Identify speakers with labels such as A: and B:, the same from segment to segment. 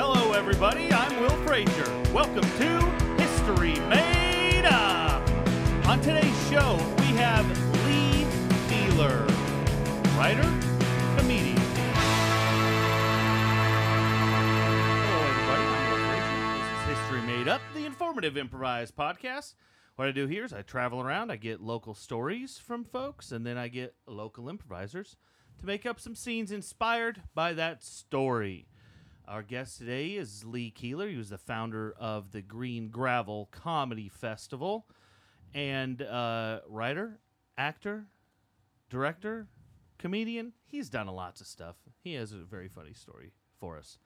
A: everybody. I'm Will Frazier. Welcome to History Made Up. On today's show, we have Lee Feeler, writer, comedian. Hello, everybody. I'm Will Frazier. This is History Made Up, the informative improvised podcast. What I do here is I travel around, I get local stories from folks, and then I get local improvisers to make up some scenes inspired by that story. Our guest today is Lee Keeler. He was the founder of the Green Gravel Comedy Festival and uh, writer, actor, director, comedian. He's done a lots of stuff. He has a very funny story for us.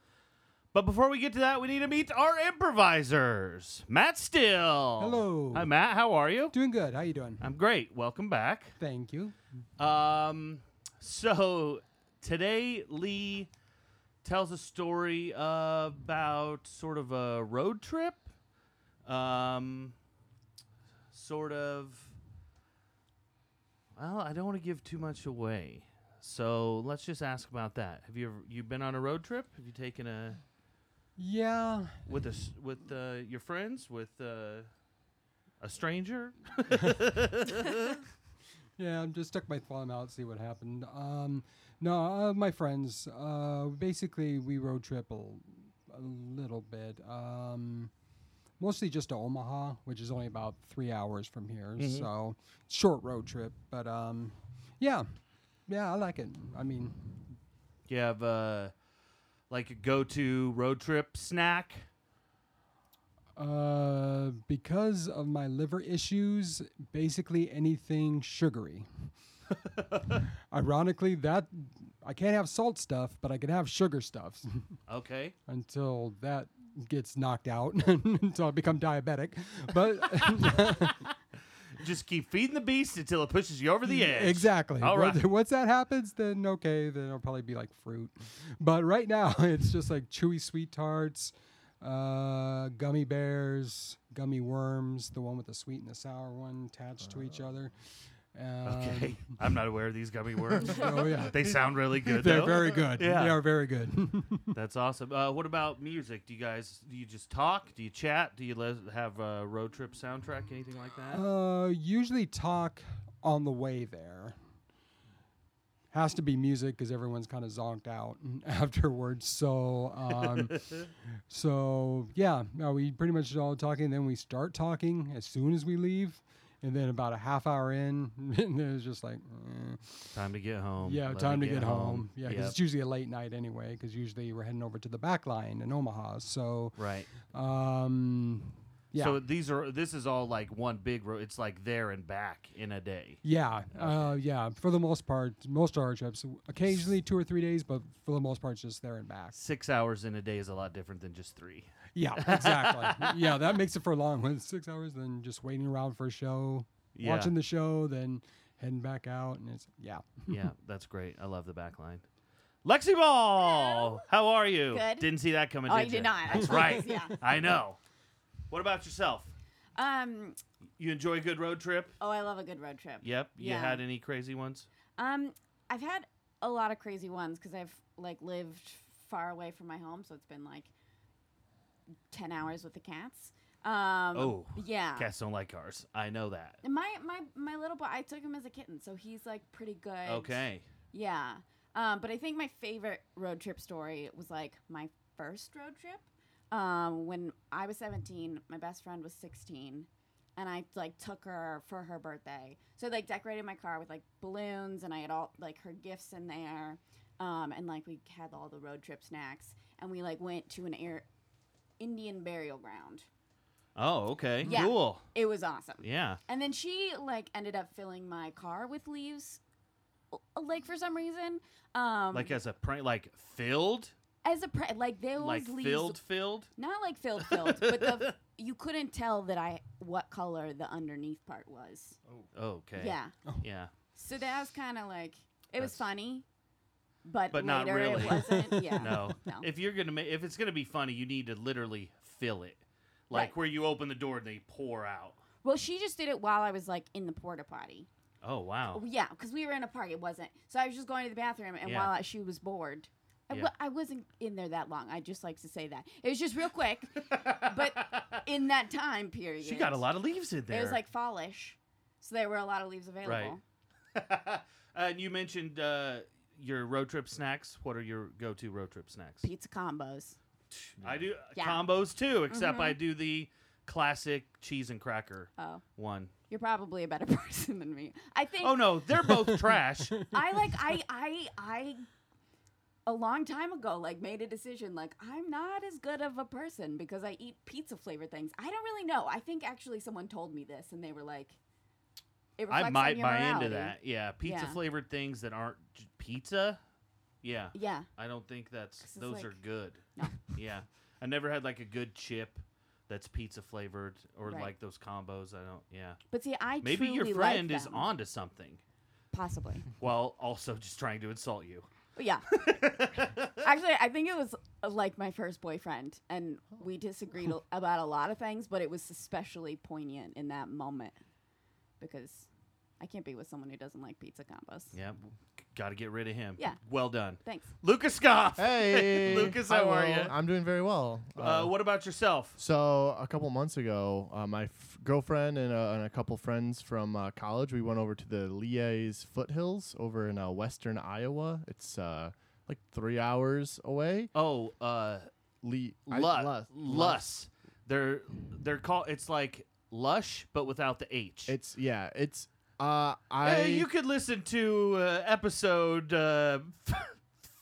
A: But before we get to that, we need to meet our improvisers. Matt Still.
B: Hello.
A: Hi, Matt. How are you?
B: Doing good. How you doing?
A: I'm great. Welcome back.
B: Thank you.
A: Um, so today Lee tells a story uh, about sort of a road trip, um, sort of. Well, I don't want to give too much away, so let's just ask about that. Have you ever, you been on a road trip? Have you taken a
B: Yeah.
A: with a s with uh, your friends with uh, a stranger?
B: Yeah, I'm just stuck my thumb out, see what happened. Um, no, uh, my friends, uh, basically, we road trip a, l- a little bit. Um, mostly just to Omaha, which is only about three hours from here. So, short road trip. But um, yeah, yeah, I like it. I mean,
A: Do you have uh, like a go-to road trip snack?
B: uh, because of my liver issues, basically anything sugary. Ironically, that I can't have salt stuff, but I can have sugar stuff
A: Okay.
B: until that gets knocked out, until I become diabetic. But
A: Just keep feeding the beast until it pushes you over the edge.
B: exactly,
A: All
B: Once-
A: right.
B: once that happens, then okay, then it'll probably be like fruit. But right now, it's just like chewy sweet tarts, uh, gummy bears, gummy worms, the one with the sweet and the sour one attached to each other. Um,
A: Uh. Okay. I'm not aware of these gummy worms.
B: Oh yeah,
A: they sound really good.
B: they're
A: though.
B: very good.
A: Yeah.
B: They are very good.
A: That's awesome. Uh, what about music? Do you guys do you just talk? Do you chat? Do you les- have a road trip soundtrack? Anything like that?
B: Uh, usually talk on the way there. Has to be music because everyone's kind of zonked out afterwards. So, um, so yeah, no, we pretty much all talking. Then we start talking as soon as we leave, and then about a half hour in, and then it's just like, eh.
A: time to get home.
B: yeah,
A: Let me
B: time to get home. Yeah, 'cause
A: Yep.
B: it's usually a late night anyway. Because usually we're heading over to the back line in Omaha. So,
A: right.
B: um, yeah.
A: So these are this is all like one big road. It's like there and back in a day.
B: Yeah, uh, yeah. For the most part, most of our trips, occasionally two or three days, but for the most part, it's just there and back.
A: Six hours in a day is a lot different than just three.
B: Yeah, exactly. yeah, that makes it for a long one. Six hours, then just waiting around for a show,
A: Yeah.
B: watching the show, then heading back out, and it's yeah.
A: yeah, that's great. I love the back line. Lexi Ball, how are you?
C: Good.
A: Didn't see that coming.
C: Oh,
A: did
C: you did
A: ya?
C: not,
A: That's
C: actually.
A: right.
C: Yeah.
A: I know. What about yourself?
C: Um.
A: You enjoy a good road trip?
C: Oh, I love a good road trip.
A: Yep. You
C: Yeah.
A: had any crazy ones?
C: Um, I've had a lot of crazy ones because I've like lived far away from my home, so it's been like ten hours with the cats. Um,
A: Oh,
C: yeah.
A: Cats don't like ours. I know that.
C: And My my my little boy, I took him as a kitten, so he's like pretty good.
A: Okay.
C: Yeah. Um, but I think my favorite road trip story was like my first road trip. Um, when I was 17, my best friend was 16, and I like took her for her birthday. So I like decorated my car with like balloons, and I had all like her gifts in there, um, and like we had all the road trip snacks, and we like went to an air Indian burial ground.
A: Oh, okay.
C: Yeah.
A: Cool.
C: It was awesome.
A: Yeah.
C: And then she like ended up filling my car with leaves, uh, like for some reason. Um,
A: Like as a prank, like filled,
C: as a pre- like there was
A: like
C: leaves,
A: filled, filled.
C: not like filled filled, but the you couldn't tell that I what color the underneath part was.
A: Okay.
C: Yeah,
A: Yeah.
C: so that was kind of like it
A: That's-
C: was funny, but
A: But
C: later
A: not really.
C: it wasn't. Yeah,
A: No.
C: no.
A: If you're gonna make, if it's gonna be funny, you need to literally fill it, like
C: Right.
A: where you open the door and they pour out.
C: well, she just did it while I was like in the porta potty.
A: Oh wow.
C: Yeah, because we were in a park. It wasn't. So I was just going to the bathroom, and
A: Yeah.
C: while I, she was bored, I I
A: Yeah.
C: wa- I wasn't in there that long. I just like to say that it was just real quick. But- in that time period,
A: she got a lot of leaves in there.
C: It was like fallish, so there were a lot of leaves available.
A: uh, and you mentioned uh, your road trip snacks. What are your go-to road trip snacks?
C: Pizza combos.
A: I do uh,
C: Yeah.
A: combos too, except
C: Mhm.
A: I do the classic cheese and cracker
C: Oh,
A: one.
C: you're probably a better person than me. I think.
A: Oh no, they're both trash.
C: I like I I I a long time ago like made a decision like I'm not as good of a person because I eat pizza flavored things. I don't really know. I think actually someone told me this and they were like it reflects
A: I
C: on
A: might
C: your
A: buy
C: morality.
A: into that. Yeah, pizza
C: Yeah.
A: flavored things that aren't j- pizza. Yeah,
C: Yeah.
A: I don't think that's
C: 'Cause it's
A: those are
C: like-
A: good.
C: No.
A: Yeah, I never had like a good chip that's pizza flavored or
C: Right.
A: like those combos. I don't. Yeah,
C: But see I
A: maybe your
C: truly like
A: friend is
C: them.
A: onto something
C: possibly.
A: while also just trying to insult you.
C: But yeah. actually, I think it was uh, like my first boyfriend and we disagreed a- about a lot of things, but it was especially poignant in that moment because I can't be with someone who doesn't like pizza combos.
A: Yeah, got to get rid of him.
C: Yeah.
A: well done,
C: Thanks.
A: Lucas Goff.
D: Hey,
A: Lucas, how are
D: hello.
A: ya?
D: I'm doing very well.
A: Uh, what about yourself?
D: So a couple months ago, uh, my f- girlfriend and, uh, and a couple friends from uh, college, we went over to the Liais foothills over in uh, western Iowa. It's uh, like three hours away.
A: Oh, uh,
D: Le- I-
A: Lu- Lus. They're they're called. It's like lush, but without the H.
D: It's yeah. It's uh, I.
A: Hey, you could listen to uh, episode uh,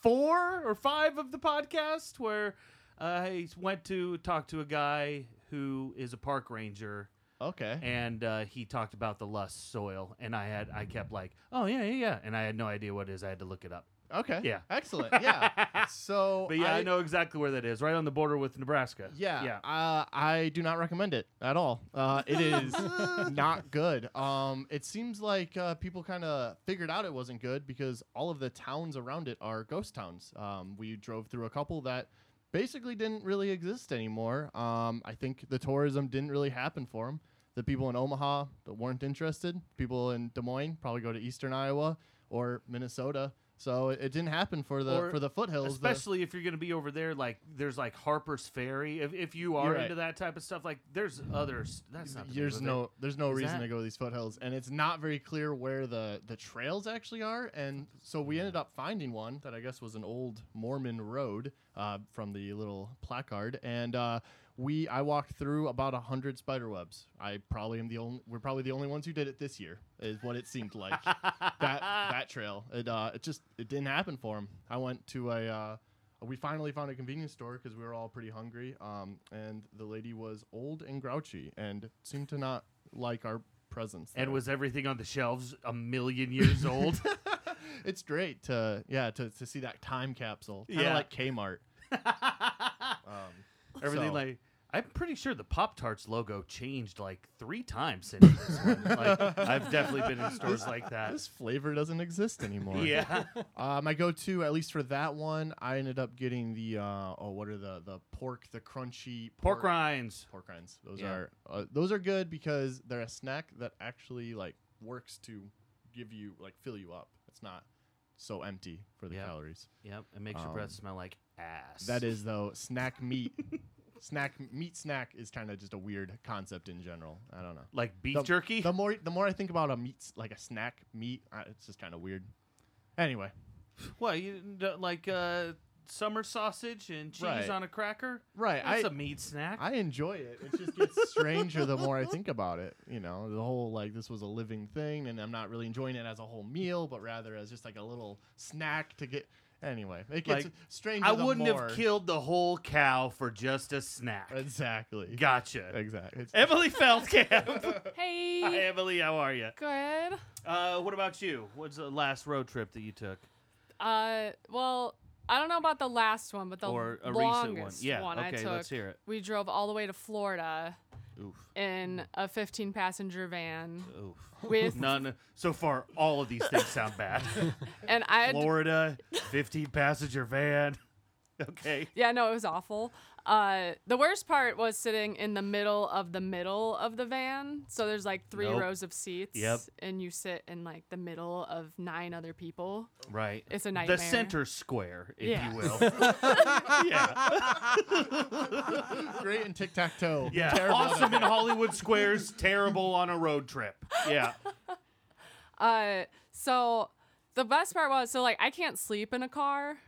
A: four or five of the podcast where uh, I went to talk to a guy who is a park ranger,
D: okay.
A: and uh, he talked about the lust soil, and I had I kept like, oh yeah, yeah, yeah, and I had no idea what it is. I had to look it up.
D: Okay.
A: Yeah.
D: Excellent. Yeah. so.
A: But yeah, I, know exactly where that is, right on the border with Nebraska.
D: Yeah.
A: yeah.
D: Uh, I do not recommend it at all. Uh, it is not good. Um, it seems like uh, people kind of figured out it wasn't good because all of the towns around it are ghost towns. Um, we drove through a couple that basically didn't really exist anymore. Um, I think the tourism didn't really happen for them. The people in Omaha that weren't interested. People in Des Moines probably go to Eastern Iowa or Minnesota. So it, it didn't happen for the
A: Or
D: for the foothills. the-
A: especially if you're going to be over there like there's like harper's ferry if, if you are
D: You're right.
A: into that type of stuff like there's others that's not the name
D: there's
A: of it.
D: no there's no
A: Is
D: reason
A: that-
D: to go to these foothills and it's not very clear where the the trails actually are and so we ended up finding one that i guess was an old mormon road uh, from the little placard and uh, we i walked through about a hundred spider webs i probably am the only we're probably the only ones who did it this year is what it seemed like that that trail it uh it just it didn't happen for him i went to a uh we finally found a convenience store because we were all pretty hungry. Um, and the lady was old and grouchy and seemed to not like our presence.
A: and
D: there.
A: was everything on the shelves a million years old
D: it's great to yeah to, to see that time capsule, kind of
A: Yeah.
D: like Kmart. Um,
A: everything
D: so-
A: like i'm pretty sure the pop tarts logo changed like three times since this one. like i've definitely been in stores like that
D: this flavor doesn't exist anymore.
A: yeah
D: Uh, my go-to, at least for that one, I ended up getting the uh, oh, what are the the pork, the crunchy
A: pork rinds
D: pork rinds. Those
A: Yeah.
D: are uh, those are good because they're a snack that actually like works to give you like fill you up. It's not so empty for the
A: Yeah.
D: calories.
A: yep it makes your
D: Um,
A: breath smell like ass
D: That is though snack meat. snack meat snack is kind of just a weird concept in general. I don't know.
A: like beef
D: the,
A: jerky
D: The more the more I think about a meat s- like a snack meat, uh, it's just kind of weird. Anyway,
A: what you d- like uh summer sausage and cheese
D: Right.
A: on a cracker
D: right.
A: that's
D: I
A: a meat snack
D: I enjoy it. It just gets stranger the more I think about it. You know, the whole like this was a living thing, and I'm not really enjoying it as a whole meal, but rather as just like a little snack to get. Anyway, it gets
A: Like,
D: stranger.
A: I
D: the
A: wouldn't
D: more-
A: have killed the whole cow for just a snack.
D: Exactly.
A: Gotcha.
D: Exactly. It's-
A: Emily Feldkamp.
E: Hey.
A: Uh, Hi, Emily. How are you?
E: Good.
A: Uh, what about you? What's the last road trip that you took?
E: Uh, well, I don't know about the last one, but the
A: or a recent one?
E: longest
A: Yeah.
E: I
A: okay,
E: took.
A: let's hear it.
E: We drove all the way to Florida
A: Oof.
E: in
A: Mm-hmm.
E: a 15 passenger van
A: Oof.
E: with,
A: None. So far, all of these things sound bad.
E: and I had,
A: Florida, 15 passenger van. Okay.
E: Yeah, no, it was awful. Uh, the worst part was sitting in the middle of the middle of the van. So there's like three
A: Nope.
E: rows of seats.
A: Yep.
E: And you sit in like the middle of nine other people.
A: Right.
E: It's a nightmare.
A: The center square, if
E: Yeah.
A: you will. yeah.
D: Great in tic tac toe.
A: Yeah. Awesome in Hollywood squares, terrible on a road trip. Yeah.
E: Uh, so the best part was so like I can't sleep in a car.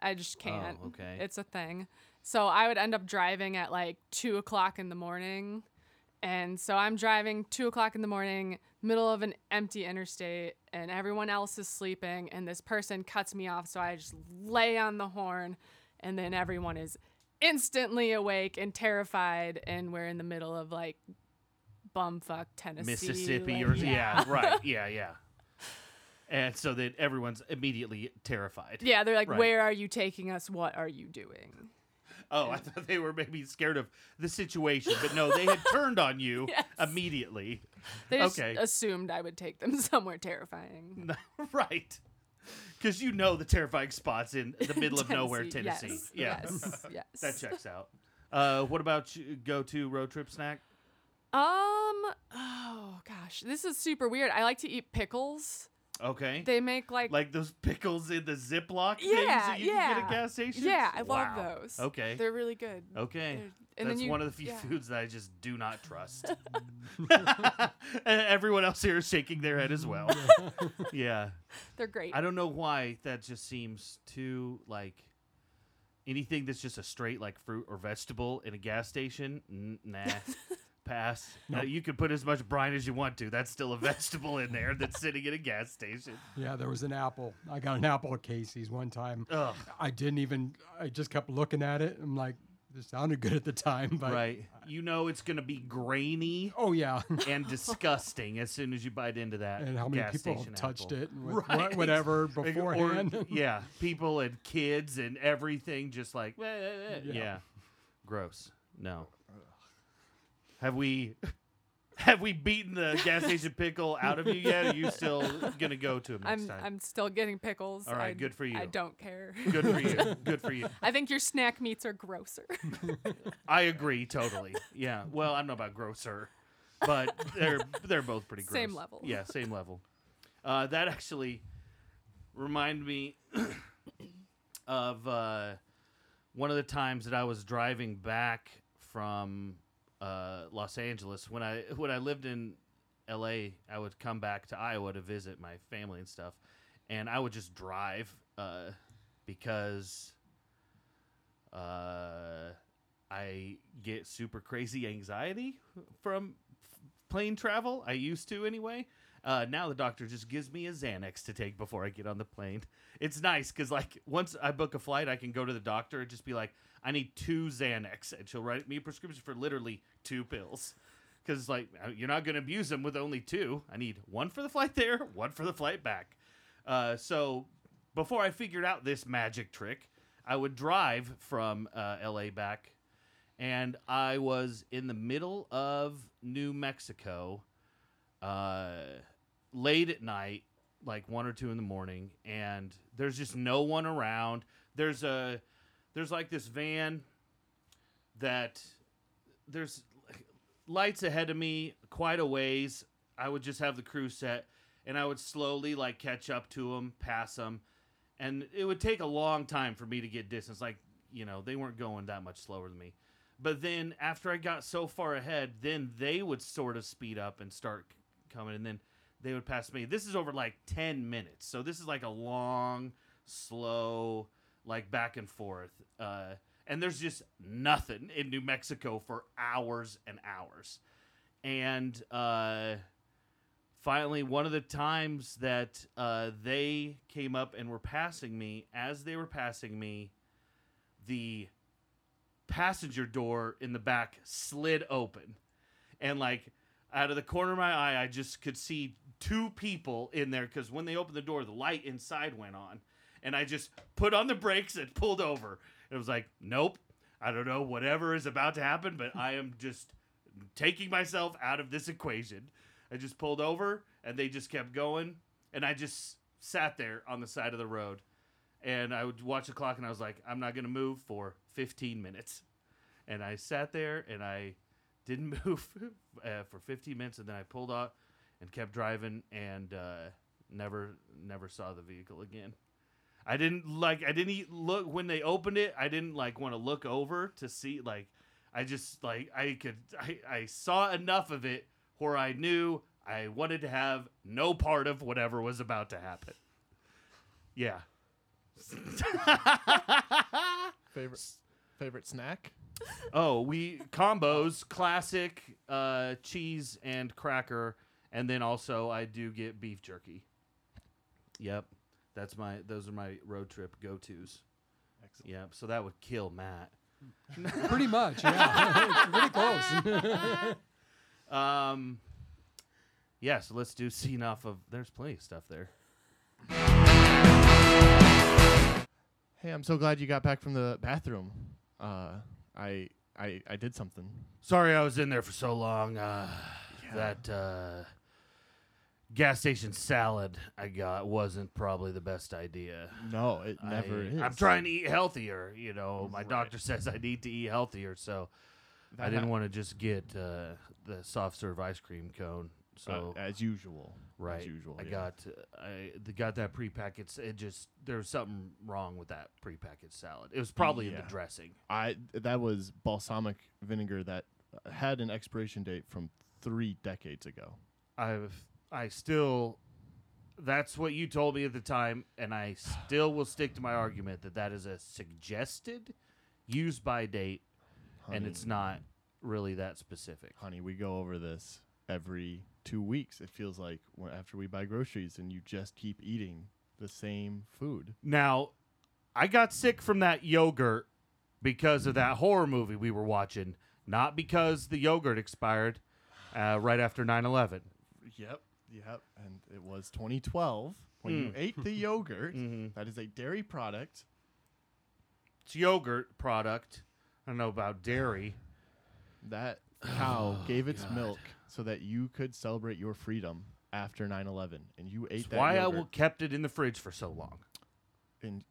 E: I just can't.
A: Oh, okay.
E: It's a thing. So I would end up driving at like two o'clock in the morning. And so I'm driving two o'clock in the morning, middle of an empty interstate, and everyone else is sleeping, and this person cuts me off, so I just lay on the horn, and then everyone is instantly awake and terrified, and we're in the middle of like bumfuck Tennessee.
A: Mississippi
E: like-
A: or yeah. right. Yeah, yeah. And so that everyone's immediately terrified.
E: Yeah, they're like,
A: Right.
E: "Where are you taking us? What are you doing?"
A: Oh, I thought they were maybe scared of the situation, but no, they had turned on you
E: Yes.
A: immediately.
E: They just
A: Okay.
E: assumed I would take them somewhere terrifying.
A: right. Because you know the terrifying spots in the middle of nowhere,
E: Tennessee,
A: Tennessee.
E: Yes,
A: yeah.
E: yes, yes.
A: That checks out. Uh, what about you go to road trip snack?
E: Um. Oh gosh, this is super weird. I like to eat pickles.
A: Okay.
E: They make like,
A: like those pickles in the Ziploc things
E: Yeah,
A: that you can get
E: yeah.
A: at gas stations?
E: yeah, I
A: Wow.
E: love those.
A: Okay.
E: they're really good.
A: okay.
E: they're- and then
A: That's
E: you-
A: one of the few
E: yeah.
A: foods that I just do not trust. E-, Everyone else here is shaking their head as well. yeah.
E: They're great.
A: I don't know why that just seems too like anything that's just a straight like fruit or vegetable in a gas station. N- nah, pass. Uh, you can put as much brine as you want to. That's still a vegetable in there that's sitting in a gas station.
B: Yeah, there was an apple. I got an apple at Casey's one time.
A: Ugh.
B: I didn't even. I just kept looking at it. I'm like, this sounded good at the time, but
A: Right. You know it's gonna be grainy
B: Oh yeah,
A: and disgusting as soon as you bite into that.
B: and how many
A: gas
B: people
A: station
B: touched
A: apple.
B: it? and With
A: Right.
B: what, whatever
A: Like, or-
B: beforehand.
A: yeah, people and kids and everything just like eh, eh, eh. Yeah.
B: Yeah.
A: Gross. No. Have we have we beaten the gas station pickle out of you yet? Are you still gonna go to him next
E: I'm
A: time?
E: I'm still getting pickles.
A: All right,
E: I-
A: good for you.
E: I don't care.
A: Good for you. Good for you.
E: I think your snack meats are grosser.
A: I agree totally. Yeah. Well, I don't know about grosser, but they're they're both pretty gross.
E: Same level.
A: Yeah, same level. Uh, that actually reminded me of uh, one of the times that I was driving back from uh, Los Angeles when I when I lived in L.A. I would come back to Iowa to visit my family and stuff, and I would just drive uh, because uh, I get super crazy anxiety from f- plane travel. I used to anyway. Uh, now the doctor just gives me a Xanax to take before I get on the plane. It's nice because like once I book a flight, I can go to the doctor and just be like, I need two Xanax, and she'll write me a prescription for literally two pills. Because like uh, you're not gonna abuse them with only two. I need one for the flight there, one for the flight back. Uh, so before I figured out this magic trick, I would drive from uh, LA back, and I was in the middle of New Mexico, uh, late at night, like one or two in the morning, and there's just no one around. There's a there's like this van that there's lights ahead of me quite a ways. I would just have the crew set and I would slowly like catch up to them, pass them, and it would take a long time for me to get distance. Like, you know, they weren't going that much slower than me. But then after I got so far ahead, then they would sort of speed up and start c- coming and then they would pass me. This is over like 10 minutes. So this is like a long, slow like back and forth. Uh and there's just nothing in New Mexico for hours and hours. And uh, finally, one of the times that uh, they came up and were passing me, as they were passing me, the passenger door in the back slid open. And like out of the corner of my eye, I just could see two people in there because when they opened the door, the light inside went on. And I just put on the brakes and pulled over. It was like, nope, I don't know whatever is about to happen, but I am just taking myself out of this equation. I just pulled over and they just kept going. And I just sat there on the side of the road and I would watch the clock, and I was like, I'm not gonna move for 15 minutes, and I sat there and I didn't move uh, for 15 minutes, and then I pulled out and kept driving, and uh, never never saw the vehicle again. I didn't like. I didn't e- look when they opened it. I didn't like want to look over to see. Like, I just like I could. I, I saw enough of it where I knew I wanted to have no part of whatever was about to happen. Yeah.
D: Favorite favorite snack?
A: oh, we combos classic uh, cheese and cracker, and then also I do get beef jerky. Yep, that's my. Those are my road trip go tos.
D: Excellent.
A: Yep. So that would kill Matt.
B: Pretty much, yeah. Pretty close.
A: Um, yeah, so let's do scene off of. There's plenty of stuff there.
D: Hey, I'm so glad you got back from the bathroom. Uh, I I I did something.
A: Sorry, I was in there for so long. Uh, That uh, gas station salad I got wasn't probably the best idea.
D: No, it never is.
A: I, I'm trying to eat healthier. You know, my
D: Right.
A: doctor says I need to eat healthier, so I didn't want to just get uh, the soft serve ice cream cone. So
D: uh, as usual.
A: right,
D: As usual.
A: I
D: yeah.
A: got uh, I the, got that prepackaged. It just there was something wrong with that prepackaged salad. It was probably in
D: Yeah.
A: the dressing.
D: I that was balsamic vinegar that had an expiration date from three decades ago.
A: I've I still that's what you told me at the time, and I still will stick to my argument that that is a suggested use by date, and
D: Honey.
A: it's not really that specific.
D: honey, we go over this every two weeks. It feels like when, after we buy groceries, and you just keep eating the same food.
A: Now, I got sick from that yogurt because of that horror movie we were watching, not because the yogurt expired uh, right after 9/11.
D: Yep, yep. And it was 2012 when you
A: Hmm.
D: ate the yogurt.
A: Mm-hmm.
D: That is a dairy product.
A: It's yogurt product. I don't know about dairy.
D: That cow
A: Oh,
D: gave its milk so that you could celebrate your freedom after 9/11, and you ate
A: That's
D: that.
A: why
D: yogurt
A: I will kept it in the fridge for so long.
D: And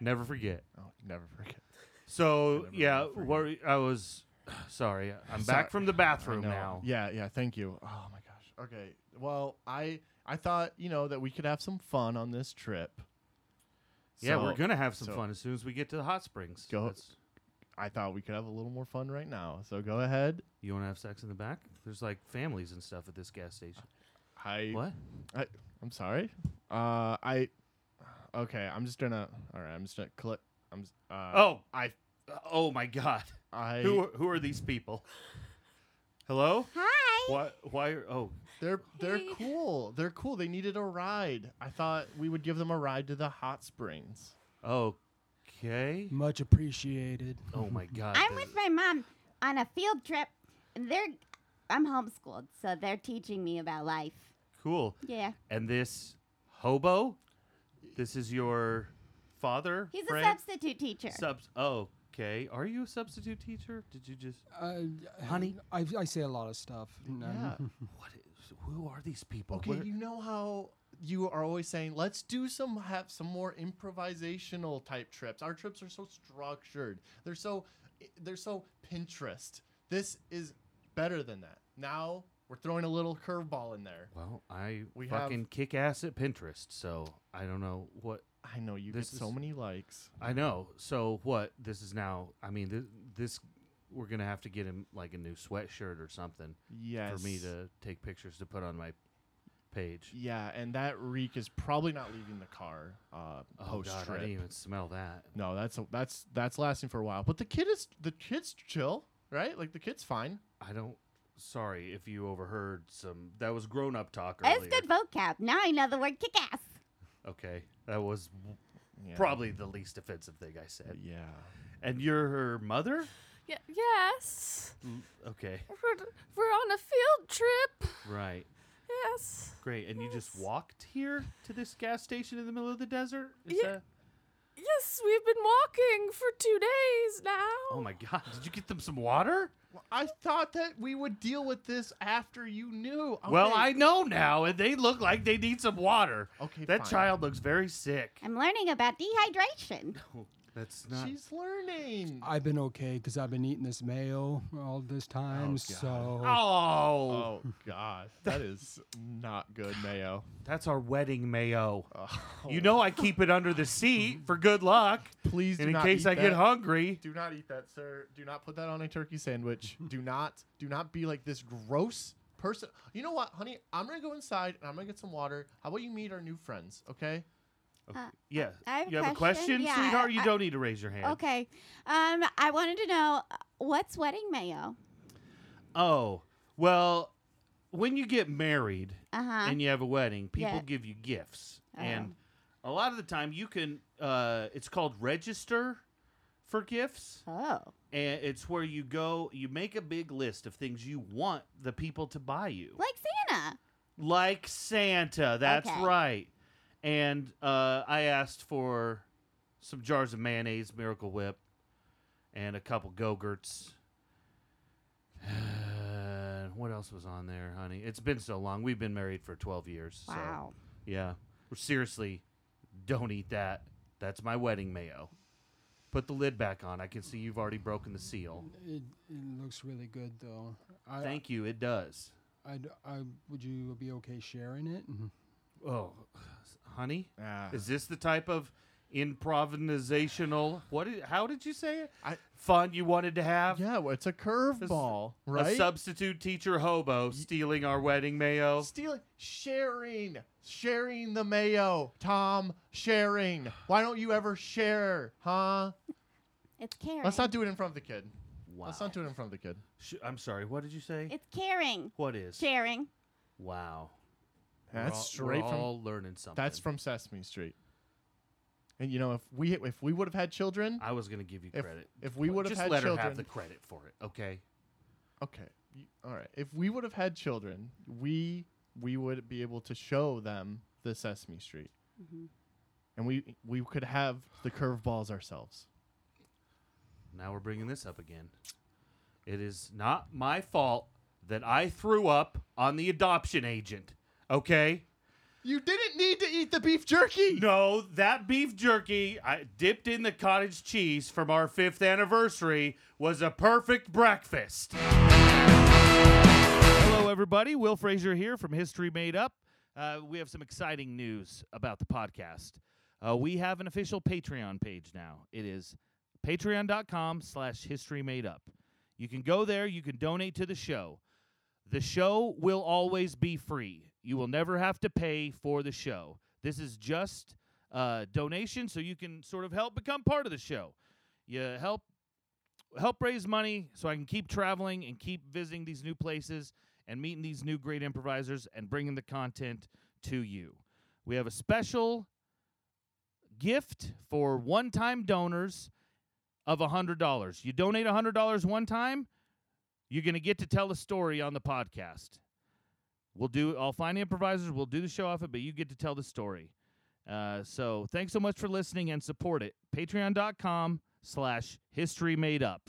A: Never forget.
D: oh, never forget.
A: So
D: I never
A: yeah,
D: really forget.
A: wor- I was sorry. I'm
D: Sorry.
A: back from the
D: I
A: bathroom
D: know.
A: now.
D: Yeah, yeah. Thank you. Oh my gosh. Okay. Well, I I thought you know that we could have some fun on this trip.
A: Yeah, we're
D: So
A: gonna have some
D: so-
A: fun as soon as we get to the hot springs.
D: Go-
A: That's-
D: I thought we could have a little more fun right now. So go ahead.
A: you want to have sex in the back? There's like families and stuff at this gas station.
D: I
A: What?
D: I I'm sorry. Uh, I okay. I'm just gonna. All right. I'm just gonna click. I'm. s- Uh,
A: Oh, I. Oh my God.
D: I.
A: Who are, who are these people? Hello.
C: Hi.
A: Why? Why? Are, oh,
D: They're they're
C: Hey.
D: cool. They're cool. They needed a ride. I thought we would give them a ride to the hot springs.
A: okay.
B: Much appreciated.
A: Oh my God.
C: I'm
A: the-
C: with my mom on a field trip, and they're I'm homeschooled, so they're teaching me about life.
A: cool.
C: Yeah,
A: And this hobo. This is your father.
C: he's
A: friend?
C: a substitute teacher.
A: Subs. Oh, okay. Are you a substitute teacher? Did you just?
B: Uh,
A: Honey?
B: I, I say a lot of stuff. and, um,
A: What is? Who are these people?
D: Okay,
A: Where-
D: you know how you are always saying, let's do some have some more improvisational type trips. Our trips are so structured. They're so they're so Pinterest. This is better than that. Now we're throwing a little curveball in there.
A: well, I
D: We have-
A: fucking kick ass at Pinterest, so I don't know what
D: I know you
A: This
D: get so
A: is-
D: many likes.
A: I know. So what? This is now. I mean, this, this we're gonna have to get him like a new sweatshirt or something
D: Yes.
A: for me to take pictures to put on my page.
D: Yeah, and that reek is probably not leaving the car uh
A: Oh
D: post
A: god, I
D: trip.
A: didn't even smell that.
D: No, that's that's that's lasting for a while. But the kid is the kid's chill, right? Like the kid's fine.
A: I don't. Sorry if you overheard some. That was grown up talk earlier.
C: That's good vocab. Now I know the word kick-ass.
A: Okay, that was
D: Yeah.
A: probably the least offensive thing I said.
D: Yeah.
A: And you're her mother?
E: Yeah, yes.
A: Okay,
E: We're, we're on a field trip.
A: right.
E: Yes.
A: Great. And you just
E: Yes.
A: walked here to this gas station in the middle of the desert? Is
E: Yeah.
A: that?
E: Yes, we've been walking for two days now.
A: Oh my god, did you get them some water?
D: I thought that we would deal with this after you knew. Oh,
A: Well,
D: Okay.
A: I know now, and they look like they need some water.
D: Okay,
A: that
D: fine.
A: child looks very sick.
C: I'm learning about dehydration.
A: That's
D: She's learning.
B: I've been okay because I've been eating this mayo all this time.
D: God.
B: so
A: Oh,
D: Oh God, that is not good, Mayo.
A: that's our wedding mayo.
D: Oh,
A: You know I keep it under the seat for good luck,
D: please do
A: and in
D: not
A: case
D: eat
A: I get
D: that.
A: hungry.
D: Do not eat that, sir. Do not put that on a turkey sandwich. do not, do not be like this gross person. You know what, honey? I'm gonna go inside and I'm gonna get some water. How about you meet our new friends, okay?
A: Yeah.
C: I have a
A: you have a
C: question.
A: question,
C: Yeah,
A: sweetheart? You
C: I-
A: don't need to raise your hand.
C: Okay. Um, I wanted to know uh, what's wedding mayo.
A: Oh, well, when you get married
C: Uh huh.
A: and you have a wedding, people
C: Yeah.
A: give you gifts.
C: Oh.
A: And a lot of the time you can uh it's called register for gifts.
C: Oh.
A: And it's where you go, you make a big list of things you want the people to buy you.
C: Like Santa.
A: Like Santa, that's
C: Okay.
A: right. And uh, I asked for some jars of mayonnaise, Miracle Whip, and a couple Go-Gurts. what else was on there, honey? It's been so long. We've been married for 12 years.
C: Wow.
A: So, yeah. Seriously, don't eat that. That's my wedding mayo. Put the lid back on. I can see you've already broken the seal.
B: it, it looks really good though. I,
A: Thank you. It does.
B: I'd, I would you be okay sharing it?
A: Oh, honey,
D: Ah.
A: is this the type of improvisational? What? Did, how did you say it?
D: I-
A: Fun you wanted to have?
D: Yeah, well, it's a curveball, right?
A: A substitute teacher hobo stealing our wedding mayo.
D: Stealing, sharing, sharing the mayo. Tom, sharing. Why don't you ever share, huh?
C: It's caring.
D: Let's not do it in front of the kid.
A: Wow.
D: Let's not do it in front of the kid.
A: Sh- I'm sorry. What did you say?
C: it's caring.
A: what is?
C: Sharing.
A: Wow. We're
D: That's
A: all-
D: straight
A: we're
D: from
A: all learning something.
D: That's from Sesame Street. And you know, if we if we would have had children,
A: I was gonna give you
D: if
A: credit.
D: if we would have
A: just
D: had
A: let
D: children,
A: her have the credit for it. Okay.
D: okay, you- all right. If we would have had children, we we would be able to show them the Sesame Street, and we we could have the curveballs ourselves.
A: Now we're bringing this up again. It is not my fault that I threw up on the adoption agent. Okay?
D: You didn't need to eat the beef jerky.
A: No, that beef jerky I dipped in the cottage cheese from our 5th anniversary was a perfect breakfast. Hello everybody, Will Frazier here from History Made Up. Uh, we have some exciting news about the podcast. Uh, we have an official Patreon page now. It is patreon.com slash history made up. You can go there, you can donate to the show. The show will always be free. You will never have to pay for the show. This is just uh, donation, so you can sort of help become part of the show. You help help raise money so I can keep traveling and keep visiting these new places and meeting these new great improvisers and bringing the content to you. We have a special gift for one-time donors of $100. You donate $100 one time, you're going to get to tell a story on the podcast. We'll do. I'll find improvisers. We'll do the show off it, but you get to tell the story. Uh, so thanks so much for listening and support it. Patreon.com slash history made up.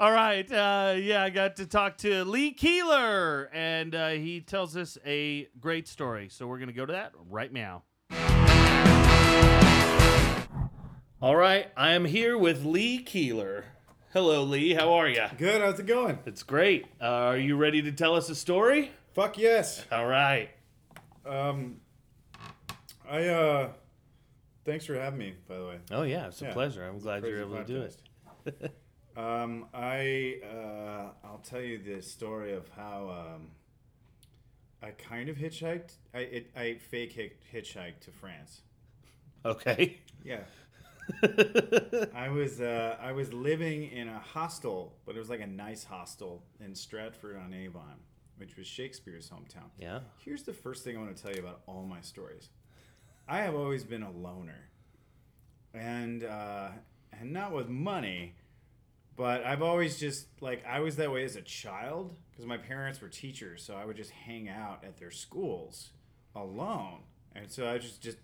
A: All right. Uh, yeah, I got to talk to Lee Keeler, and uh, he tells us a great story. So we're going to go to that right now. All right. I am here with Lee Keeler. Hello, Lee. How are you?
F: Good, how's it going?
A: It's great. Uh, are you ready to tell us a story?
F: Fuck yes.
A: All right.
F: Um, I uh, thanks for having me. By the way,
A: Oh yeah, it's a
F: Yeah.
A: pleasure. I'm glad you're able to do it.
F: do it. um, I uh, I'll tell you the story of how um, I kind of hitchhiked. I it, I fake hick, hitchhiked to France.
A: Okay.
F: Yeah. I was uh, I was living in a hostel, but it was like a nice hostel in Stratford on Avon, which was Shakespeare's hometown.
A: yeah.
F: Here's the first thing I want to tell you about all my stories. I have always been a loner, and uh, and not with money, but I've always just like I was that way as a child because my parents were teachers, so I would just hang out at their schools alone, and so I was just just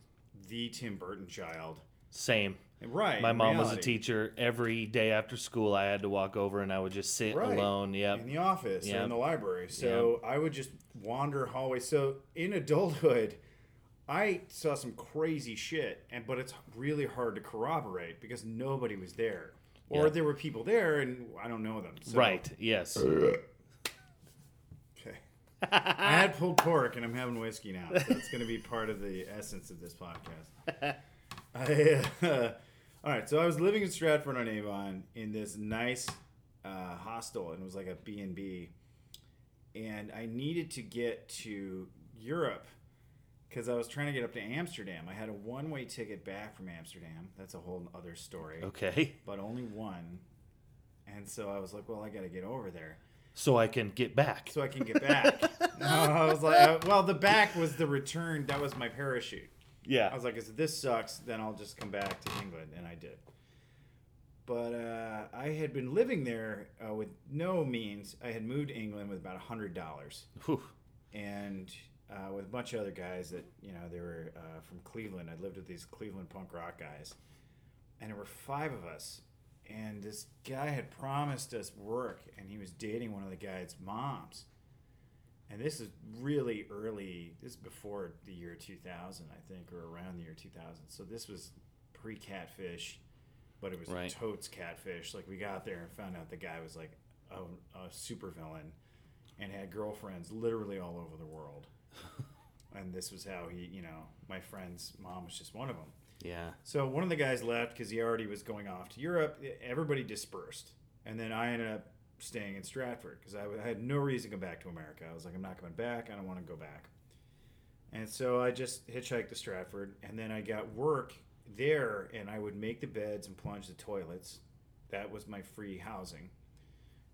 F: the Tim Burton child.
A: Same.
F: Right.
G: My
F: in
G: mom was a
F: reality.
G: teacher. Every day after school, I had to walk over and I would just sit
F: Right.
G: alone. Yep.
F: in the office or
G: Yep.
F: in the library. So I would just wander hallways. So in adulthood, I saw some crazy shit, and but it's really hard to corroborate because nobody was there, or
G: Yeah.
F: there were people there and I don't know them. So,
G: Right. Yes.
F: Okay. I had pulled pork and I'm having whiskey now. So it's going to be part of the essence of this podcast. I, uh, all right. So I was living in Stratford on Avon in this nice uh, hostel and it was like a B&B. And I needed to get to Europe because I was trying to get up to Amsterdam. I had a one way ticket back from Amsterdam. That's a whole other story.
G: Okay.
F: But only one. And so I was like, well, I got to get over there
G: So I can get back.
F: so I can get back. no, I was like, I- well, the back was the return. That was my parachute.
G: yeah.
F: I was like, if this sucks, then I'll just come back to England, and I did. But uh, I had been living there uh, with no means. I had moved to England with about hundred dollars,
G: Whew.
F: and uh, with a bunch of other guys that you know they were uh, from Cleveland. I lived with these Cleveland punk rock guys, and there were five of us. And this guy had promised us work, and he was dating one of the guy's moms. And this is really early. This is before the year 2000, I think, or around the year 2000. So this was pre-catfish, but it was
G: Right.
F: totes catfish. Like we got there and found out the guy was like a, a supervillain and had girlfriends literally all over the world. and this was how he, you know, my friend's mom was just one of them.
G: Yeah.
F: So one of the guys left because he already was going off to Europe. Everybody dispersed, and then I ended up staying in Stratford because I, I had no reason to go back to America. I was like, I'm not coming back. I don't want to go back. And so I just hitchhiked to Stratford, and then I got work there, and I would make the beds and plunge the toilets. That was my free housing.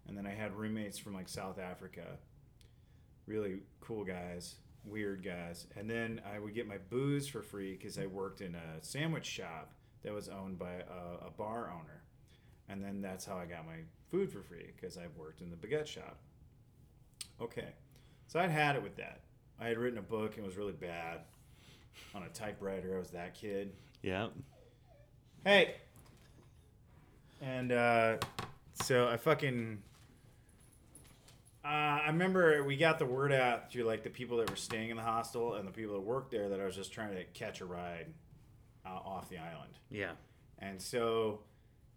F: And then I had roommates from like South Africa, really cool guys, weird guys. And then I would get my booze for free because I worked in a sandwich shop that was owned by a, a bar owner. And then that's how I got my food for free because I worked in the baguette shop. Okay. So I'd had it with that. I had written a book and it was really bad on a typewriter. I was that kid.
G: Yeah.
F: Hey. And uh, so I fucking. Uh, I remember we got the word out to like the people that were staying in the hostel and the people that worked there that I was just trying to catch a ride uh, off the island.
G: Yeah.
F: And so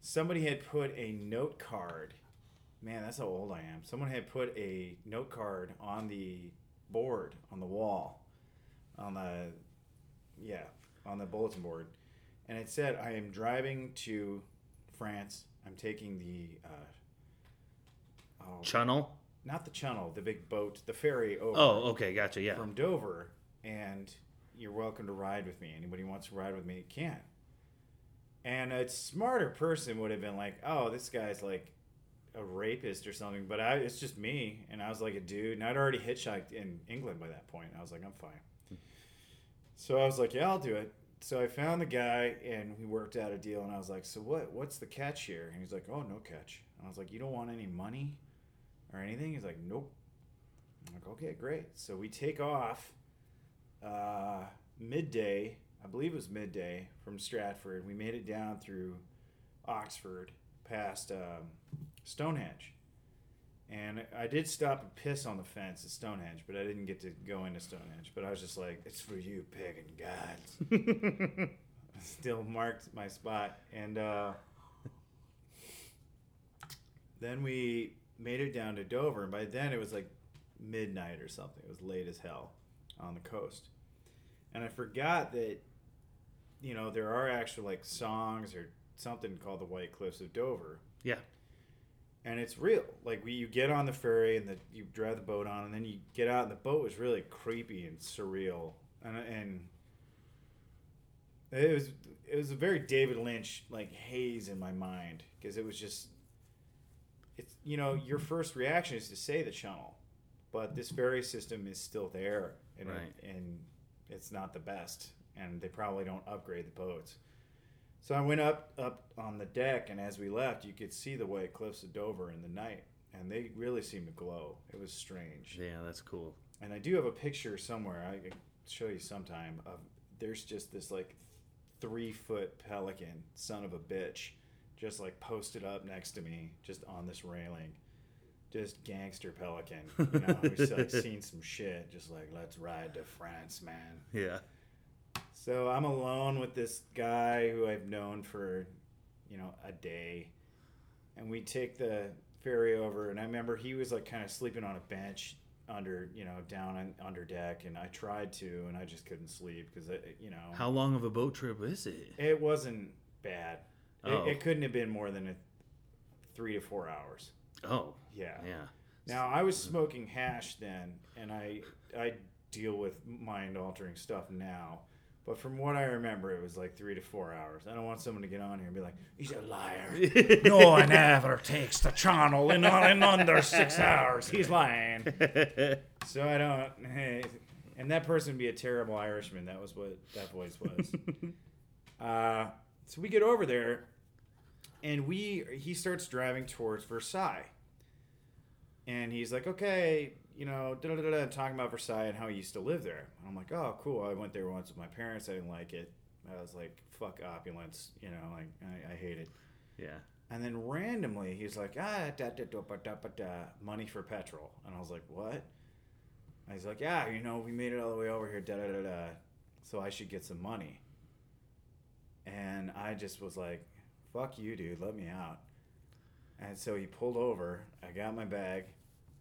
F: somebody had put a note card. Man, that's how old I am. Someone had put a note card on the board, on the wall, on the, yeah, on the bulletin board. And it said, I am driving to France. I'm taking the, uh, oh,
G: Channel.
F: not the channel, the big boat, the ferry over
G: Oh, okay. Gotcha. Yeah.
F: from Dover, and you're welcome to ride with me. Anybody who wants to ride with me can. And a smarter person would have been like, "Oh, this guy's like a rapist or something," but I, it's just me, and I was like a dude, and I'd already hitchhiked in England by that point. I was like, "I'm fine." So I was like, "Yeah, I'll do it." So I found the guy, and we worked out a deal. And I was like, "So what? What's the catch here?" And he's like, "Oh, no catch." And I was like, "You don't want any money or anything?" He's like, "Nope." I'm like, okay, great. So we take off uh, midday, I believe it was midday from Stratford. We made it down through Oxford past um, Stonehenge. And I did stop and piss on the fence at Stonehenge, but I didn't get to go into Stonehenge. But I was just like, it's for you, pagan gods. I Still marked my spot. And uh, then we made it down to Dover. And by then it was like midnight or something. It was late as hell on the coast. And I forgot that, you know, there are actual like songs or something called the White Cliffs of Dover.
G: Yeah.
F: And it's real. Like we, you get on the ferry and the, you drive the boat on, and then you get out, and the boat was really creepy and surreal. And, and it was it was a very David Lynch like haze in my mind because it was just it's you know your first reaction is to say the channel, but this ferry system is still there and it-
G: Right.
F: and it's not the best, and they probably don't upgrade the boats. So I went up up on the deck, and as we left, you could see the white cliffs of Dover in the night, and they really seemed to glow. It was strange
G: Yeah. That's cool.
F: and I do have a picture somewhere I could show you sometime of there's just this like three foot pelican, son of a bitch, just like posted up next to me, just on this railing. Just gangster pelican. You know, he's like seen some shit, just like, let's ride to France, man.
G: Yeah.
F: So I'm alone with this guy who I've known for, you know, a day. And we take the ferry over, and I remember he was like kind of sleeping on a bench under, you know, down on, under deck. And I tried to, and I just couldn't sleep because, you know,
G: How long of a boat trip is it?
F: it wasn't bad.
G: Oh.
F: It, it couldn't have been more than a three to four hours.
G: Oh,
F: Yeah.
G: yeah.
F: Now I was smoking hash then, and I I deal with mind altering stuff now. But from what I remember, it was like three to four hours. I don't want someone to get on here and be like, "He's a liar." no one ever takes the channel in, in under six hours. He's lying. so I don't. And that person would be a terrible Irishman. That was what that voice was. uh, so we get over there, and we he starts driving towards Versailles and he's like, okay, you know, da da da da, talking about Versailles and how he used to live there. And I'm like, oh, cool. I went there once with my parents. I didn't like it. I was like, fuck opulence, you know, like I, I hate it.
G: Yeah.
F: And then randomly, he's like, ah, da da da ba da ba da, money for petrol. And I was like, what? And he's like, yeah, you know, we made it all the way over here, da da da da. So I should get some money. And I just was like, fuck you, dude, let me out. And so he pulled over. I got my bag,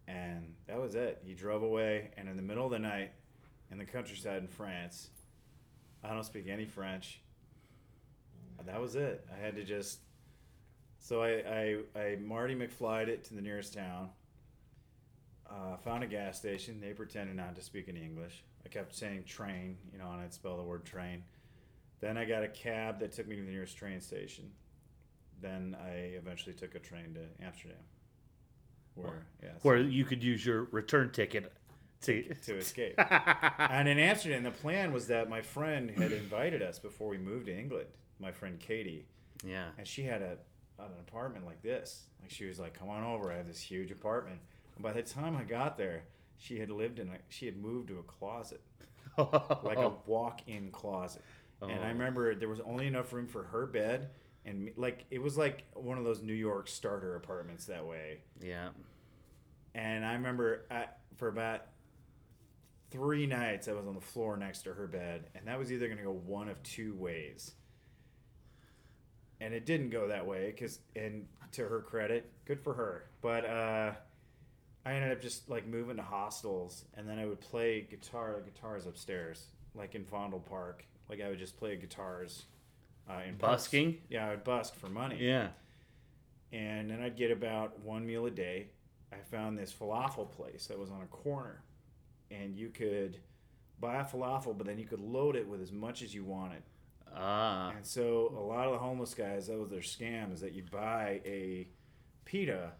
F: and that was it. He drove away, and in the middle of the night, in the countryside in France, I don't speak any French. That was it. I had to just. So I I, I Marty McFlyed it to the nearest town. Uh, found a gas station. They pretended not to speak any English. I kept saying train, you know, and I'd spell the word train. Then I got a cab that took me to the nearest train station then I eventually took a train to Amsterdam. Where, yeah,
G: Where you could use your return ticket to.
F: to escape. and in Amsterdam, the plan was that my friend had invited us before we moved to England. My friend Katie,
G: Yeah.
F: and she had a an apartment like this. Like she was like, "Come on over. I have this huge apartment." And by the time I got there, she had lived in a she had moved to a closet, like a walk-in closet. And I remember there was only enough room for her bed and me- like it was like one of those New York starter apartments that way.
G: yeah.
F: And I remember I, for about three nights, I was on the floor next to her bed, and that was either going to go one of two ways. And it didn't go that way, because, and to her credit, good for her. But uh, I ended up just like moving to hostels, and then I would play guitar, guitars upstairs, like in Fondle Park. Like I would just play guitars uh, in parks.
G: Busking?
F: Yeah, I would busk for money
G: Yeah.
F: and then I'd get about one meal a day. I found this falafel place that was on a corner, and you could buy a falafel, but then you could load it with as much as you wanted.
G: Ah.
F: And so a lot of the homeless guys, that was their scam, is that you buy a pita,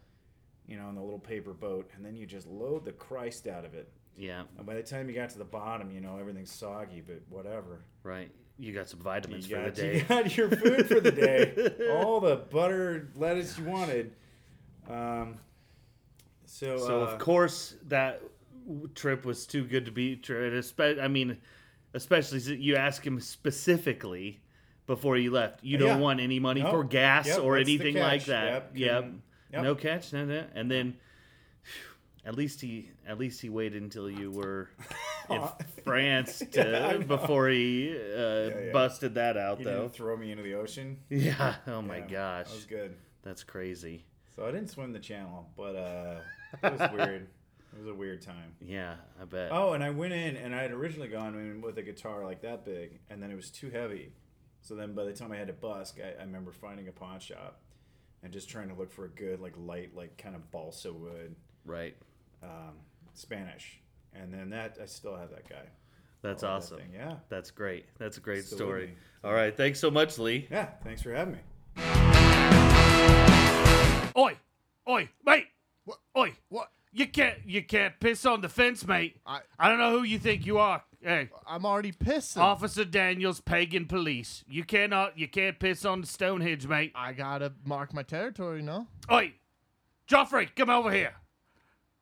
F: you know, in the little paper boat, and then you just load the Christ out of it.
G: Yeah.
F: And by the time you got to the bottom, you know, everything's soggy, but whatever.
G: Right. You got some vitamins
F: You
G: for the
F: got,
G: day.
F: you got your food for the day. All the butter, lettuce you wanted. Um, so,
G: So
F: uh,
G: of course that w- trip was too good to be true. And espe- I mean, especially si- you ask him specifically before you left. You don't
F: Yeah.
G: want any money
F: Nope.
G: for gas
F: Yep,
G: or
F: that's the
G: anything like
F: catch.
G: that.
F: Yep,
G: Yep.
F: couldn't- yep.
G: No catch. No, no. And then phew, at least he at least he waited until you were in France
F: Yeah, I
G: to,
F: know.
G: before he uh,
F: yeah.
G: busted that out
F: you
G: though.
F: didn't throw me into the ocean.
G: Yeah. Oh my
F: Yeah,
G: gosh.
F: that was good.
G: That's crazy.
F: So I didn't swim the channel, but uh, it was weird. It was a weird time.
G: Yeah, I bet.
F: Oh, and I went in, and I had originally gone in with a guitar like that big, and then it was too heavy. So then, by the time I had to busk, I, I remember finding a pawn shop and just trying to look for a good, like light, like kind of balsa wood
G: Right.
F: um, Spanish, and then that I still have that guy.
G: That's
F: I love Oh, that
G: awesome.
F: thing, yeah.
G: That's great. That's a great
F: Still with
G: story.
F: me.
G: All right. Thanks so much, Lee.
F: Yeah, thanks for having me.
A: Oi, oi, mate.
D: What?
A: Oi,
D: What?
A: you can't you can't piss on the fence, mate.
D: I-
A: don't know who you think you are. Hey,
D: I'm already pissing.
A: Officer Daniels, Pagan Police. You cannot you can't piss on the Stonehenge, mate.
D: I gotta mark my territory, no?
A: Oi, Joffrey, come over here.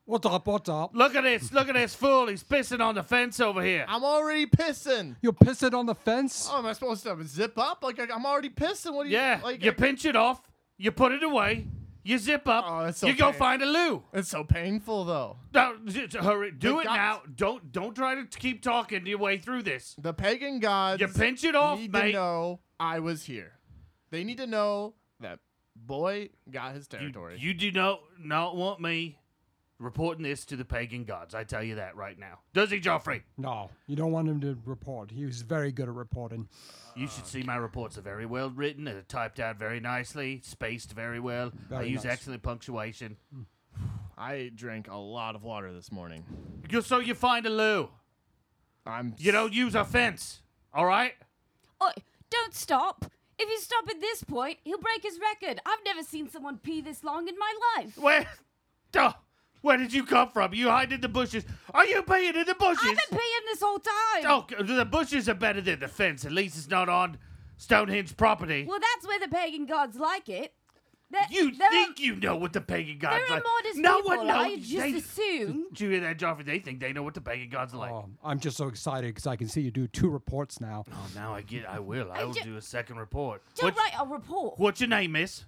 B: What's up? What's up?
A: Look at this. Look at this fool. He's pissing on the fence over here.
D: I'm already pissing.
B: You'll piss it on the fence?
D: Oh, am I supposed to zip up? Like I- I'm already pissing. What do you?
A: Yeah.
D: Like
A: you pinch it off. You put it away. You zip up.
D: Oh, that's
A: You go
D: okay.
A: find a loo.
D: It's so painful though.
A: No, j- j- hurry. Do
D: The
A: it
D: gods-
A: now. Don't don't try to t- keep talking your way through this.
D: The pagan gods
A: You pinch it off,
D: need
A: mate.
D: to know I was here. They need to know that boy got his
A: You,
D: territory.
A: you do not not want me reporting this to the pagan gods. I tell you that right now. Does he, Joffrey?
B: No, you don't want him to report. He was very good at reporting.
A: You
B: Uh,
A: should see my reports are very well written. They're typed out very nicely, spaced very well. I
B: Very
A: use
B: nice.
A: excellent punctuation.
D: I drank a lot of water this morning.
A: You- So you find a loo.
D: I'm
A: You don't use a fence. All right.
C: Oh, don't stop. If you stop at this point, he'll break his record. I've never seen someone pee this long in my life.
A: Where? Duh. Where did you come from? You hide in the bushes. Are you being in the
C: I've
A: bushes?
C: been peeing this whole time.
A: Oh, g- the bushes are better than the fence. At least it's not on Stonehenge property.
C: Well, that's where the pagan gods like it. They're,
A: you
C: they're
A: think you know what the pagan
C: A,
A: gods
C: they're
A: like?
C: a modest
A: no
C: people.
A: one knows.
C: I just
A: They-
C: assume.
A: Did you hear that, Joffrey? They think they know what the pagan gods are like.
B: Oh, I'm just so excited because I can see you do two reports now.
A: Oh, now I get. I will. I will
C: ju-
A: do a second report.
C: Don't
A: What's,
C: write a report.
A: what's your name, Miss?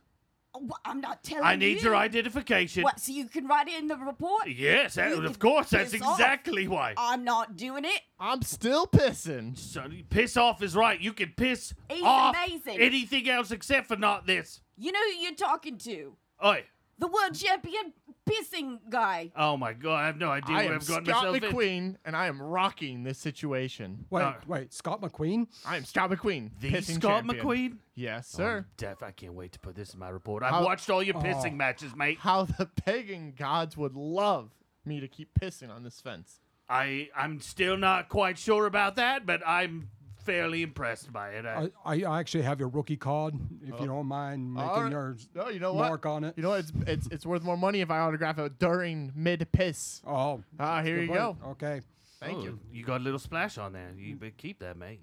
C: Oh, wh- I'm not telling you.
A: I need your identification.
C: What? So you can write it in the report?
A: Yes, that-
C: You
A: of
C: can
A: course. That's
C: piss off.
A: exactly why.
C: I'm not doing it.
D: I'm still pissing.
A: Sonny, piss off is right. You can piss
C: He's
A: off
C: amazing.
A: anything else except for not this.
C: You know who you're talking to.
A: Oi.
C: The world champion pissing guy.
A: Oh my god, I have no idea
D: I
A: where
D: am
A: I've gotten
D: Scott
A: myself in.
D: McQueen, and I am rocking this situation.
B: Wait,
A: Uh,
B: wait, Scott McQueen?
D: I am Scott McQueen.
A: The
D: pissing
A: Scott
D: champion.
A: McQueen? Oh.
D: Yes, sir.
A: Def, I can't wait to put this in my report. I've
D: How-
A: watched all your
B: Oh.
A: pissing matches, mate.
D: How the pagan gods would love me to keep pissing on this fence.
A: I I'm still not quite sure about that, but I'm fairly impressed by it. I,
B: I, I I actually have your rookie card, if you don't mind making
D: Oh. All right.
B: your.
D: no, you know what?
B: mark on it.
D: You know what? It's, it's it's worth more money if I autograph it during mid piss.
B: Oh.
D: Ah, here
B: good
D: you
B: point.
D: go.
B: Okay.
D: Thank
A: Oh,
D: you.
A: You got a little splash on there. You better keep that, mate.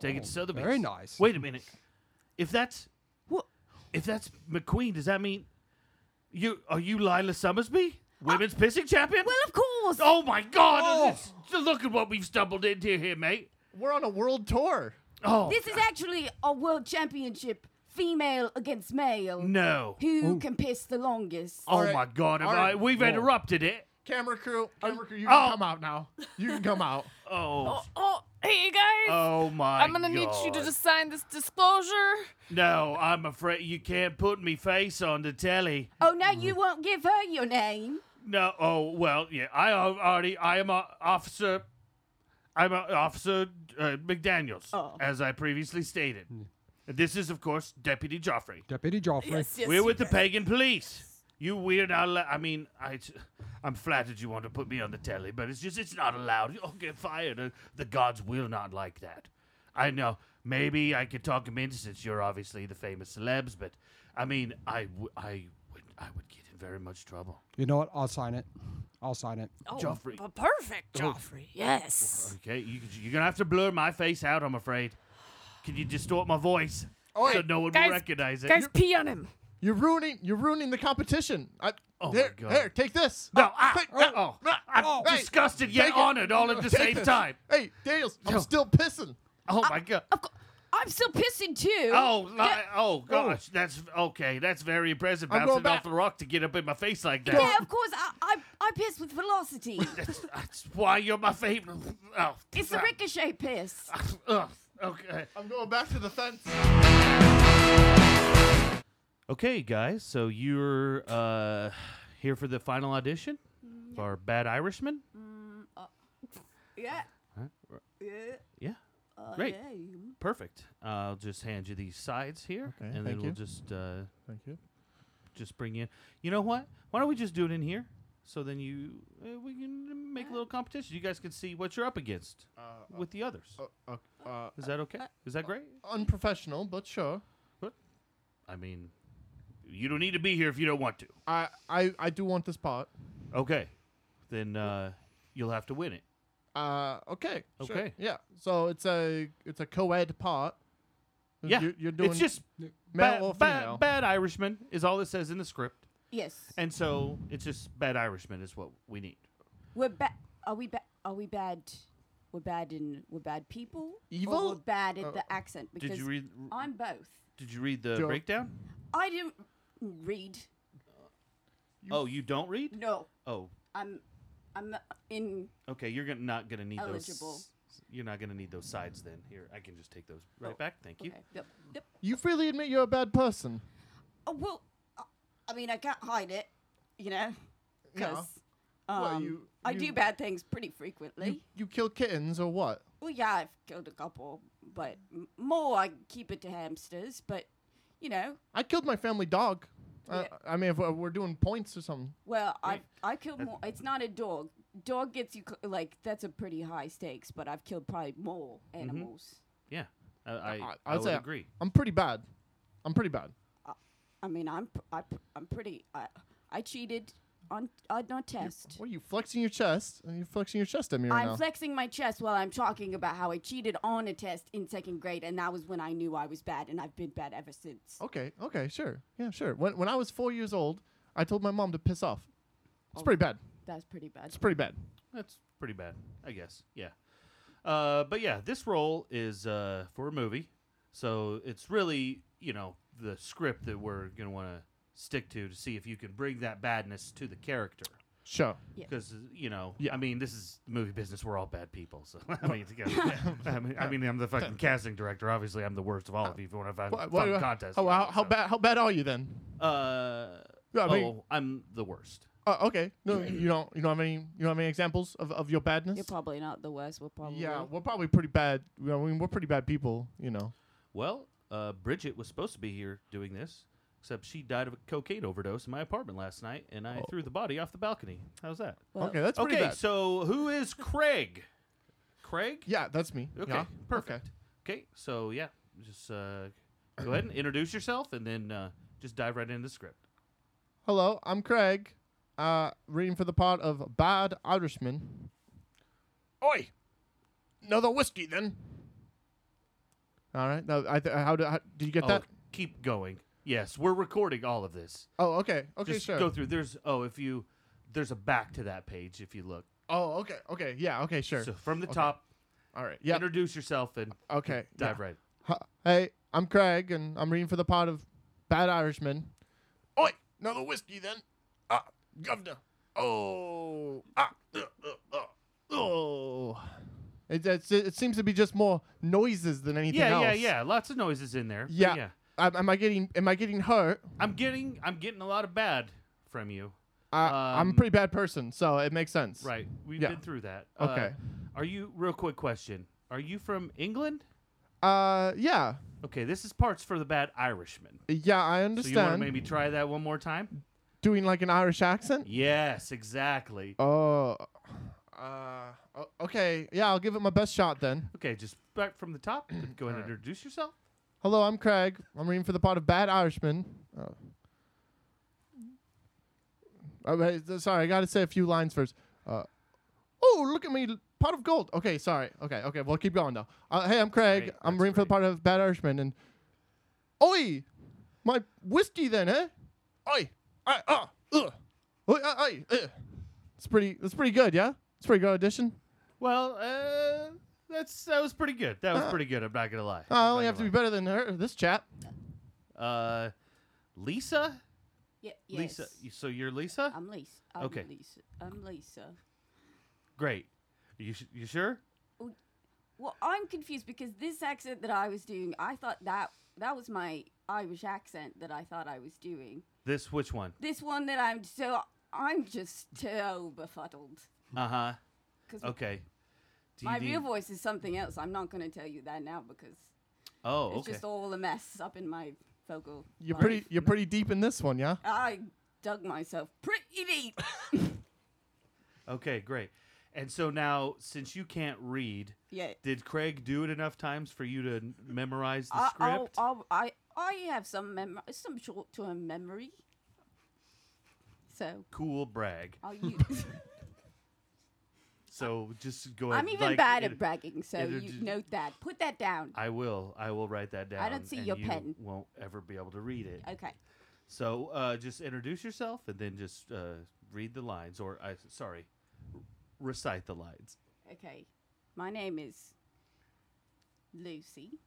A: Take it to Sotheby's.
B: very nice.
A: Wait a minute. If that's if that's McQueen, does that mean you are you Lila Summersby, women's pissing champion?
C: Well, of course.
A: Oh my God!
B: Oh.
A: this- Look at what we've stumbled into here, mate.
D: We're on a world tour.
A: Oh,
C: This is actually a world championship, female against male.
A: no.
C: Who can piss the longest?
A: Oh
D: right.
A: my God! Have
D: All right.
A: I, we've interrupted it.
D: Camera crew, camera crew, you can
A: oh.
D: come out now. You can come out.
A: Oh,
E: Oh, hey guys.
A: oh my!
E: I'm gonna need you to
A: God.
E: just sign this disclosure.
A: No, I'm afraid you can't put me face on the telly.
C: Oh, now you won't give her your name.
A: No. Oh well, yeah. I al- already. I am a officer. I'm a officer uh, McDaniel's,
C: Oh.
A: as I previously stated. This is, of course, Deputy Joffrey.
B: Deputy Joffrey.
A: We're with the pagan police. You weird out. I mean, I, I'm flattered you want to put me on the telly, but it's just it's not allowed. You'll get fired. Uh, The gods will not like that. I know. Maybe I could talk him into since you're obviously the famous celebs, but I mean, I, w- I would I would get in very much trouble.
B: You know what? I'll sign it. I'll sign it.
E: Oh,
A: Joffrey.
E: p- perfect, Joffrey. Yes.
A: Okay, you, you're gonna have to blur my face out. I'm afraid. Can you distort my voice
D: Oh,
A: so no one
E: Guys-
A: will recognize it?
E: Guys, pee on him.
D: You're ruining you're ruining the competition. I,
A: Oh my
D: there,
A: God.
D: there, take this.
A: no, I,
D: Take-
A: oh, I'm
D: oh, hey,
A: disgusted yet
D: take it.
A: honored all at the
D: Take
A: same
D: this.
A: time.
D: Hey, Daniels, I'm
A: Yo.
D: still pissing.
A: Oh my god.
C: Of course, I'm still pissing too.
A: Oh, li- oh gosh, that's okay. That's very impressive.
D: I'm
A: Bouncing
D: going
A: off
D: back.
A: the rock to get up in my face like that.
C: Yeah, of course. I I, I piss with velocity.
A: That's, that's why you're my favorite. Oh,
C: it's a ricochet piss.
A: Ah. Ugh, okay.
D: I'm going back to the fence.
A: Okay, guys. So you're uh, here for the final audition for Bad Irishman.
C: Yeah.
A: Huh?
C: Yeah.
A: Yeah.
C: Uh,
A: Great.
C: yeah.
A: Perfect. I'll just hand you these sides here,
D: Okay,
A: and then
D: thank
A: we'll
D: you.
A: just uh,
D: Thank you.
A: just bring in. You know what? Why don't we just do it in here? So then you uh, we can make a little competition. You guys can see what you're up against with the others.
D: Uh, uh,
A: Is that okay? Is that great?
D: unprofessional, but sure.
A: I mean, you don't need to be here if you don't want to.
D: I, I, I do want this part.
A: Okay. Then uh, you'll have to win it.
D: Uh, okay. sure,
A: Okay.
D: Yeah. So it's a it's a co-ed pot.
A: Yeah.
D: You're, you're doing
A: it's just
D: male
A: bad,
D: or
A: bad-
D: female.
A: bad Irishman is all it says in the script.
C: Yes.
A: And so it's just bad Irishmen is what we need.
C: We're bad. Are we bad? Are we bad? We're bad in we're bad people. Or
D: Evil?
C: we're bad at
D: Uh,
C: the accent because
A: Did you read?
C: I'm both.
A: Did you read the
D: Joe-
A: breakdown?
C: I didn't read.
A: oh, you don't read?
C: No,
A: Oh,
C: I'm I'm in.
A: okay. You're gonna, not gonna need
C: Eligible.
A: those. You're not gonna need those sides then. Here, I can just take those right
C: Oh,
A: back. Thank you.
C: Okay. Yep. Yep.
D: You freely admit you're a bad person.
C: Oh, well, I- I mean, I can't hide it, you know,
D: No.
C: because um,
D: Well, you-
C: I
D: you-
C: do bad things pretty frequently.
D: You, you kill kittens or what?
C: Well, yeah, I've killed a couple, but m- more I keep it to hamsters. But you know,
D: I killed my family dog. Uh,
C: Yeah.
D: I mean, if we're we're doing points or something.
C: well, I've
A: Right.
C: I've killed
A: That-
C: more. It's not a dog. Dog gets you cl- like that's a pretty high stakes, but I've killed probably more
A: Mm-hmm.
C: animals.
A: Yeah, I I,
D: I-
A: I,
D: I'd
A: would
D: say-
A: agree.
D: I'm pretty bad. I'm pretty bad.
C: I mean, I'm pr- I, pr- I'm pretty. I I cheated on on a test.
D: What are you flexing your chest? Are you flexing your chest at me right
C: I'm
D: now?
C: flexing my chest while I'm talking about how I cheated on a test in second grade, and that was when I knew I was bad, and I've been bad ever since.
A: Oh.
D: okay, okay, sure, yeah, sure. When when I was four years old, I told my mom to piss off.
A: Oh.
D: It's pretty bad.
C: That's pretty bad.
D: It's pretty bad.
A: That's pretty bad, I guess. Yeah. Uh, but yeah, this role is uh, for a movie, so it's really you know the script that we're gonna want to stick to to see if you can bring that badness to the character.
D: Sure.
C: Yeah.
A: Because you know,
D: Yeah.
A: I mean, this is the movie business. We're all bad people. So I mean, you know, I mean, I mean, I'm the fucking casting director. Obviously, I'm the worst of all of you. If you want to find
D: Wha-
A: fun
D: wha-
A: contest,
D: How,
A: you
D: how,
A: know,
D: how
A: so.
D: bad? How bad are you then?
A: Uh,
D: Yeah, I mean-
A: oh, I'm the worst.
D: Uh, okay. No, you don't. You don't have any. You don't have any examples of, of your badness.
C: You're probably not the worst. We're probably
D: yeah, we're probably pretty bad. I mean, we're pretty bad people. You know.
A: Well, uh, Bridget was supposed to be here doing this, except she died of a cocaine overdose in my apartment last night, and I threw the body off the balcony. How's that?
C: Well,
D: okay, that's Oh. pretty
A: okay,
D: bad.
A: so who is Craig? Craig?
D: yeah, that's me.
A: Okay,
D: Yeah.
A: perfect. Okay. so yeah, just uh, go ahead and introduce yourself, and then uh, just dive right into the script.
D: Hello, I'm Craig. Uh, reading for the part of Bad Irishman. Oi! Another whiskey, then. All right. Now, I th- how, do, how did you get
A: oh,
D: that?
A: keep going. Yes, we're recording all of this.
D: Oh, okay. Okay,
A: just
D: sure.
A: go through. There's oh, if you there's a back to that page if you look.
D: oh, okay. Okay. Yeah. Okay. Sure.
A: So from the
D: Okay.
A: top,
D: All right. Yeah.
A: introduce yourself and
D: okay. yeah.
A: dive right.
D: Hi- Hey, I'm Craig, and I'm reading for the part of Bad Irishman. Oi, another whiskey then. Ah, governor. Oh, ah, uh, uh, uh, oh. It, it's- it, seems to be just more noises than anything
A: Yeah,
D: else.
A: yeah, yeah. Lots of noises in there. but
D: Yeah. Am, am I getting? Am I getting hurt?
A: I'm getting I'm getting a lot of bad from you.
D: I, I'm a
A: Um,
D: pretty bad person, so it makes sense.
A: Right. We've
D: Yeah.
A: been through that.
D: Okay.
A: Uh, are you real quick question? Are you from England?
D: Uh, yeah,
A: Okay, this is parts for the bad Irishman.
D: yeah, I
A: So you want to
D: understand.
A: maybe try that one more time?
D: Doing like an Irish accent.
A: Yes, exactly.
D: Oh. Uh, o- okay. Yeah, I'll give it my best shot then.
A: Okay, just back from the top. Go ahead and introduce yourself.
D: Hello, I'm Craig. I'm reading for the part of Bad Irishman. Oh. Oh, wait, th- sorry, I got to say a few lines first. Uh, oh, look at me, l- pot of gold. Okay, sorry. Okay, okay, well, keep going though. Uh, hey, I'm Craig.
A: Great,
D: I'm
A: that's
D: reading for the
A: great.
D: part of Bad Irishman, and oi, my whiskey then, eh? Oi, I, ah, ugh, oi, I, I, ugh. It's pretty. That's pretty good, yeah. It's a pretty good audition.
A: Well, uh that's that was pretty good. That was pretty good. I'm not gonna lie.
D: Uh, I only have to be better than her. This chap.
A: Uh, Lisa,
C: Yeah,
A: Lisa.
C: yes. Um,
A: you- So you're Lisa.
C: I'm Lisa. I'm
A: Okay.
C: Lisa. I'm Lisa.
A: Great. You sh- you sure?
C: Well, I'm confused because this accent that I was doing, I thought that that was my Irish accent that I thought I was doing.
A: This which one?
C: This one that I'm so I'm just so befuddled
A: Uh huh.
C: because
A: Okay. Do you
C: my
A: need-
C: real voice is something else. I'm not going to tell you that now because
A: Oh,
C: it's
A: okay.
C: just all a mess up in my vocal.
D: You're
C: line.
D: pretty. You're pretty deep in this one, yeah.
C: I dug myself pretty deep.
A: okay, great. And so now, since you can't read,
C: yeah.
A: did Craig do it enough times for you to n- memorize the
C: I, I'll,
A: script?
C: I'll, I I have some mem- some short term memory. So
A: cool brag.
C: I'll use.
A: So just go ahead.
C: I'm even
A: like,
C: bad
A: it-
C: at bragging, so
A: it'll
C: you
A: ju-
C: note that. Put that down.
A: I will. I will write that down.
C: I don't see
A: and
C: your
A: you
C: pen.
A: Won't ever be able to read it.
C: Okay.
A: So uh, just introduce yourself and then just uh, read the lines, or I sorry, r- recite the lines.
C: Okay. My name is Lucy.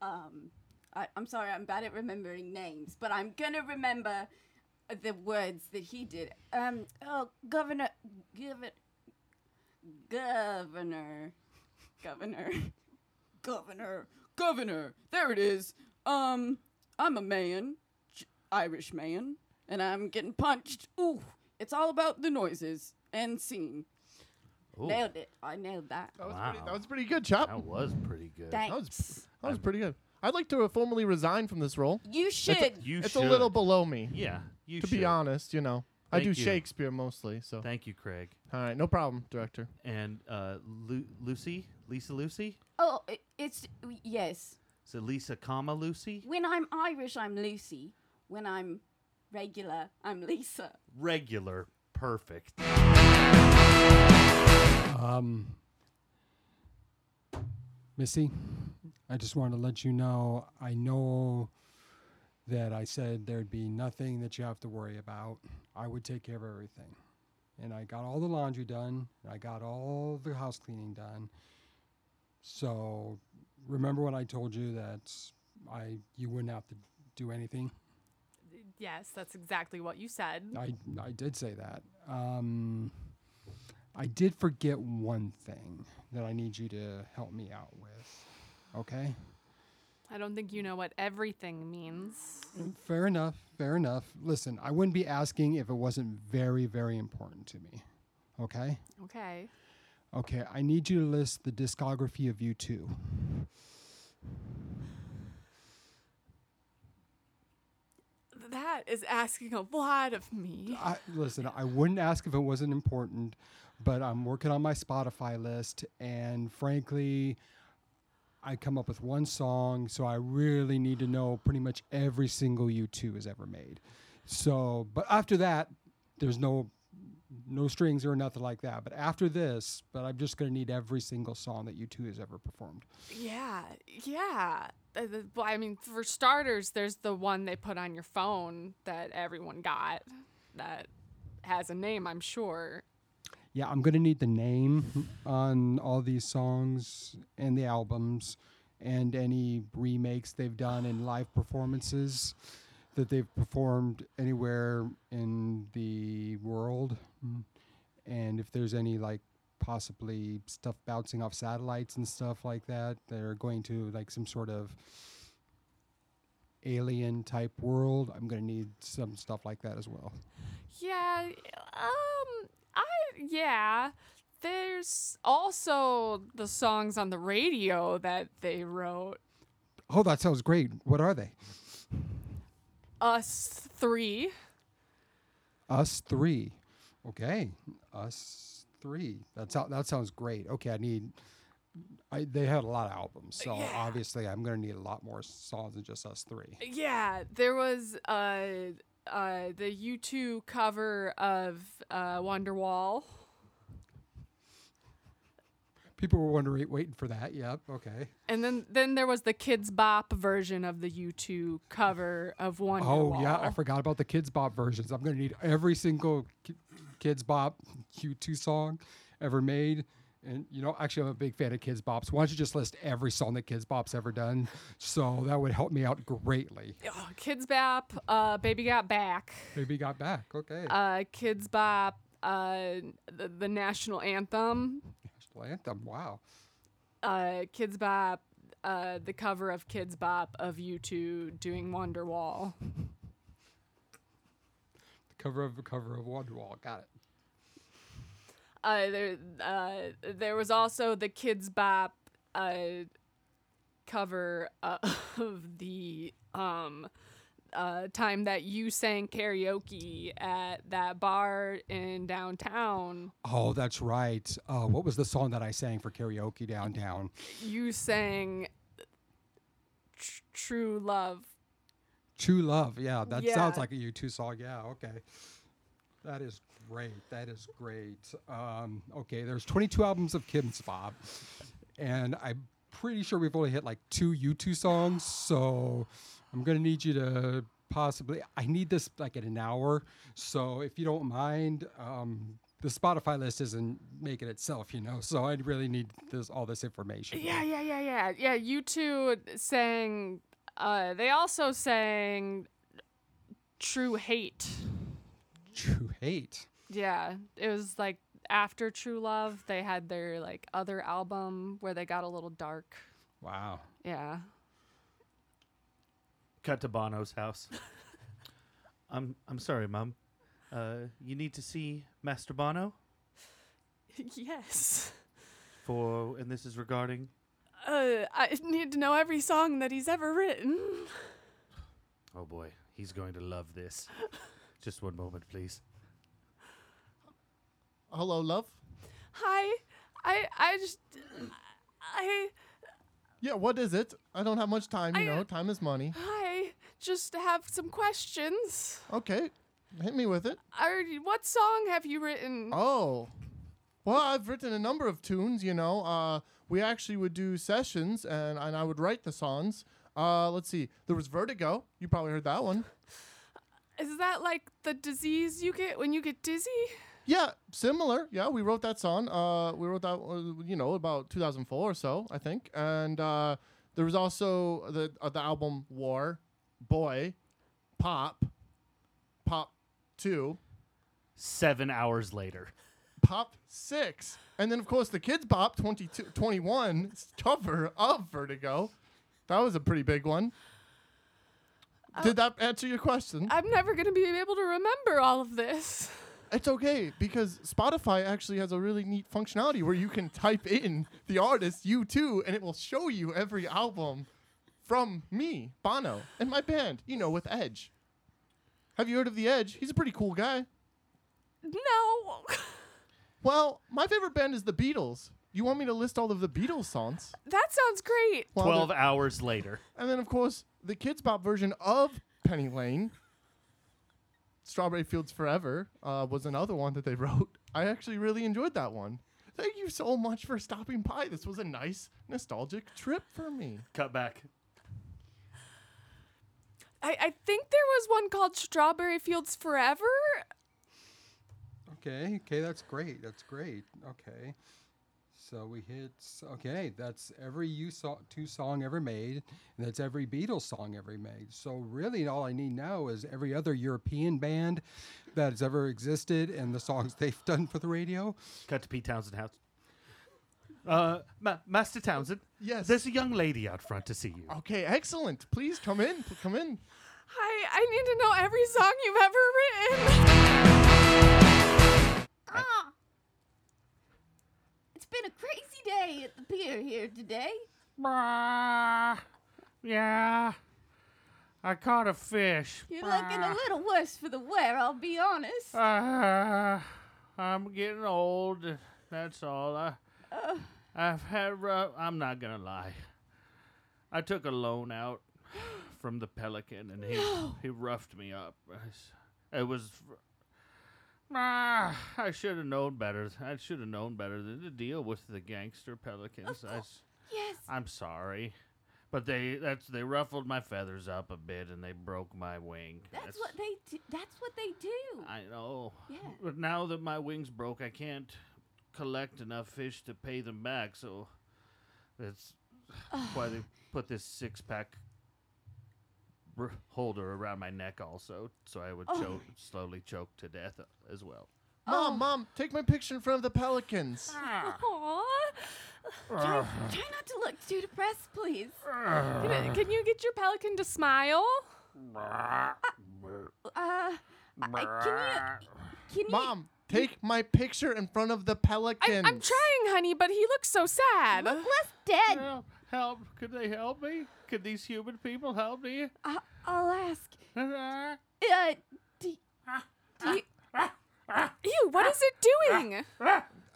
C: Um, I, I'm sorry, I'm bad at remembering names, but I'm gonna remember the words that he did. Um, oh, Governor, give it, Governor, Governor, Governor, Governor. There it is. Um, I'm a man, J- Irish man, and I'm getting punched. Ooh, it's all about the noises and scene.
A: Ooh,
C: Nailed it. I nailed that.
D: That was, pretty,
A: Wow.
D: that was pretty good, Chop.
A: that was pretty good.
C: Thanks.
D: was- Oh, That was pretty good. I'd like to formally resign from this role.
C: you should.
A: You
D: it's
A: should.
D: a little below me,
A: Yeah, you
D: to
A: should.
D: be honest. You know, I
A: Thank
D: do
A: you.
D: Shakespeare mostly, so
A: Thank you, Craig.
D: all right, no problem, director.
A: And uh, Lu- Lucy, Lisa Lucy?
C: oh, i- it's yes.
A: Is it Lisa, comma, Lucy?
C: When I'm Irish, I'm Lucy. When I'm regular, I'm Lisa.
A: Regular. Perfect.
B: Um, Missy, I just wanted to let you know I know that I said there'd be nothing that you have to worry about. I would take care of everything. And I got all the laundry done, and I got all the house cleaning done. So remember when I told you that I you wouldn't have to do anything?
E: Yes, that's exactly what you said.
B: I, I did say that. Um, I did forget one thing that I need you to help me out with. Okay?
E: I don't think you know what everything means.
B: Fair enough. Fair enough. Listen, I wouldn't be asking if it wasn't very, very important to me. Okay?
E: Okay.
B: Okay, I need you to list the discography of U2.
E: That is asking a lot of me.
B: I, listen, I wouldn't ask if it wasn't important, but I'm working on my Spotify list, and frankly, I come up with one song, so I really need to know pretty much every single U2 has ever made. So, but after that, there's no no strings or nothing like that. But after this, but I'm just gonna need every single song that U2 has ever performed.
E: Yeah, yeah. Uh, the- well, I mean, for starters, there's the one they put on your phone that everyone got that has a name, I'm sure.
B: Yeah, I'm gonna need the name on all these songs and the albums, and any remakes they've done and live performances that they've performed anywhere in the world, Mm. and if there's any like possibly stuff bouncing off satellites and stuff like that that are going to like some sort of alien type world, I'm gonna need some stuff like that as well.
E: Yeah, um, I, yeah. There's also the songs on the radio that they wrote.
B: Oh, that sounds great. What are they?
E: Us three.
B: Us three. Okay. Us three. That's how, that sounds great. Okay, I need. I, they had a lot of albums, so
E: Yeah.
B: obviously I'm gonna need a lot more songs than just us three.
E: Yeah, there was uh, uh, the U2 cover of uh, Wonderwall.
B: People were wondering, waiting for that. Yep. Okay.
E: And then then there was the Kids Bop version of the U2 cover of Wonderwall.
B: Oh yeah, I forgot about the Kids Bop versions. I'm gonna need every single Ki- Kids Bop Q2 song ever made. And you know, actually, I'm a big fan of Kids Bops. Why don't you just list every song that Kids Bop's ever done? So that would help me out greatly.
E: Oh, Kids Bop, uh, Baby Got Back,
B: Maybe got back. Okay.
E: uh, Kids Bop, uh, the, the national anthem,
B: National anthem. Wow.
E: uh, Kids Bop, uh, the cover of Kids Bop of U2 doing Wonderwall.
B: cover of cover of Wonderwall. Got it.
E: Uh, there, uh, there was also the Kids Bop uh, cover uh, of the um, uh, time that you sang karaoke at that bar in downtown.
B: Oh, that's right. Uh, what was the song that I sang for karaoke downtown?
E: You sang tr- True Love.
B: True Love. Yeah, that sounds
E: Yeah.
B: like a U2 song. Yeah, okay. That is great. That is great. Um, okay, there's 22 albums of Kim's Bob, and I'm pretty sure we've only hit like two U2 songs. So I'm gonna need you to possibly. I need this like in an hour, so if you don't mind, um, the Spotify list isn't making itself, you know. So I really need this all this information.
E: Yeah, yeah, yeah, yeah. Yeah, you two sang uh they also sang True Hate.
B: True hate.
E: Yeah. It was like after True Love, they had their like other album where they got a little dark.
B: Wow.
E: Yeah.
A: Cut to Bono's house. I'm I'm sorry, Mom. Uh, you need to see Master Bono
E: yes.
A: for, and this is regarding.
E: Uh I need to know every song that he's ever written.
A: Oh boy, he's going to love this. Just one moment, please.
D: Hello, love.
E: Hi. I I just I
D: Yeah, what is it? I don't have much time. You
E: I-
D: know, time is money.
E: I just have some questions.
D: Okay, hit me with it.
E: Are you- what song have you written?
D: Oh. Well, I've written a number of tunes, you know. Uh, we actually would do sessions and, and I would write the songs. Uh, let's see. There was Vertigo. You probably heard that one.
E: Is that like the disease you get when you get dizzy?
D: Yeah, similar. Yeah, we wrote that song. Uh, we wrote that, uh, you know, about 2004 or so, I think. And uh, there was also the uh, the album War, Boy, Pop, Pop 2,
A: Seven hours later.
D: Pop 6. And then, of course, the Kids Pop 22, 21 's cover of Vertigo. That was a pretty big one. Did that answer your question?
E: I'm never going to be able to remember all of this.
D: It's okay because Spotify actually has a really neat functionality where you can type in the artist you too, and it will show you every album from me, Bono, and my band. You know, with Edge. Have you heard of the Edge? He's a pretty cool guy.
E: No.
D: Well, my favorite band is the Beatles. You want me to list all of the Beatles songs?
E: that sounds great.
D: Well,
A: Twelve
D: the-
A: hours later.
D: And then, of course, the Kids Bop version of Penny Lane, Strawberry Fields Forever, uh, was another one that they wrote. I actually really enjoyed that one. Thank you so much for stopping by. This was a nice, nostalgic trip for me.
A: Cut back.
E: I, I think there was one called Strawberry Fields Forever.
B: Okay. Okay. That's great. That's great. Okay. So we hit. s- Okay. That's every you saw two song ever made, and that's every Beatles song ever made. So really, all I need now is every other European band that has ever existed and the songs they've done for the radio.
A: Cut to Pete Townsend house. Uh, Ma- Master Townsend.
D: Yes.
A: There's a young lady out front to see you.
D: Okay, excellent. Please come in. P- come in.
E: Hi, I need to know every song you've ever written.
C: Ah! It's been a crazy day at the pier here today.
A: yeah. I caught a fish.
C: You're looking a little worse for the wear, I'll be honest.
D: Ah.
A: Uh, I'm getting old. That's all. I, I've had rough. I'm not gonna lie. I took a loan out from the Pelican, and he he roughed me up. I s- It was. Ah, I should have known better. I should have known better than to deal with the gangster pelicans. I s-
C: yes.
A: I'm sorry, but they that's they ruffled my feathers up a bit, and they broke my wing.
C: That's what they do. That's what they do.
D: Ah.
A: I know.
C: Yeah.
A: But now that my wings broke, I can't collect enough fish to pay them back, so that's why they put this six pack r- holder around my neck, also, so I would choke, slowly choke to death uh, as well.
D: Mom, mom, take my picture in front of the Pelicans.
E: Aw.
C: Try not to look too depressed, please.
E: Can, can you get your pelican to smile?
C: Uh, I- I- can you? Can you?
D: Mom, take my picture in front of the
E: I,
D: Pelicans.
E: I'm trying, honey, but he looks so sad.
C: Look less dead.
A: Help! Help! Could they help me? Could these human people help me?
C: I, I'll ask. Uh, do, do you,
E: Ew, what is it doing?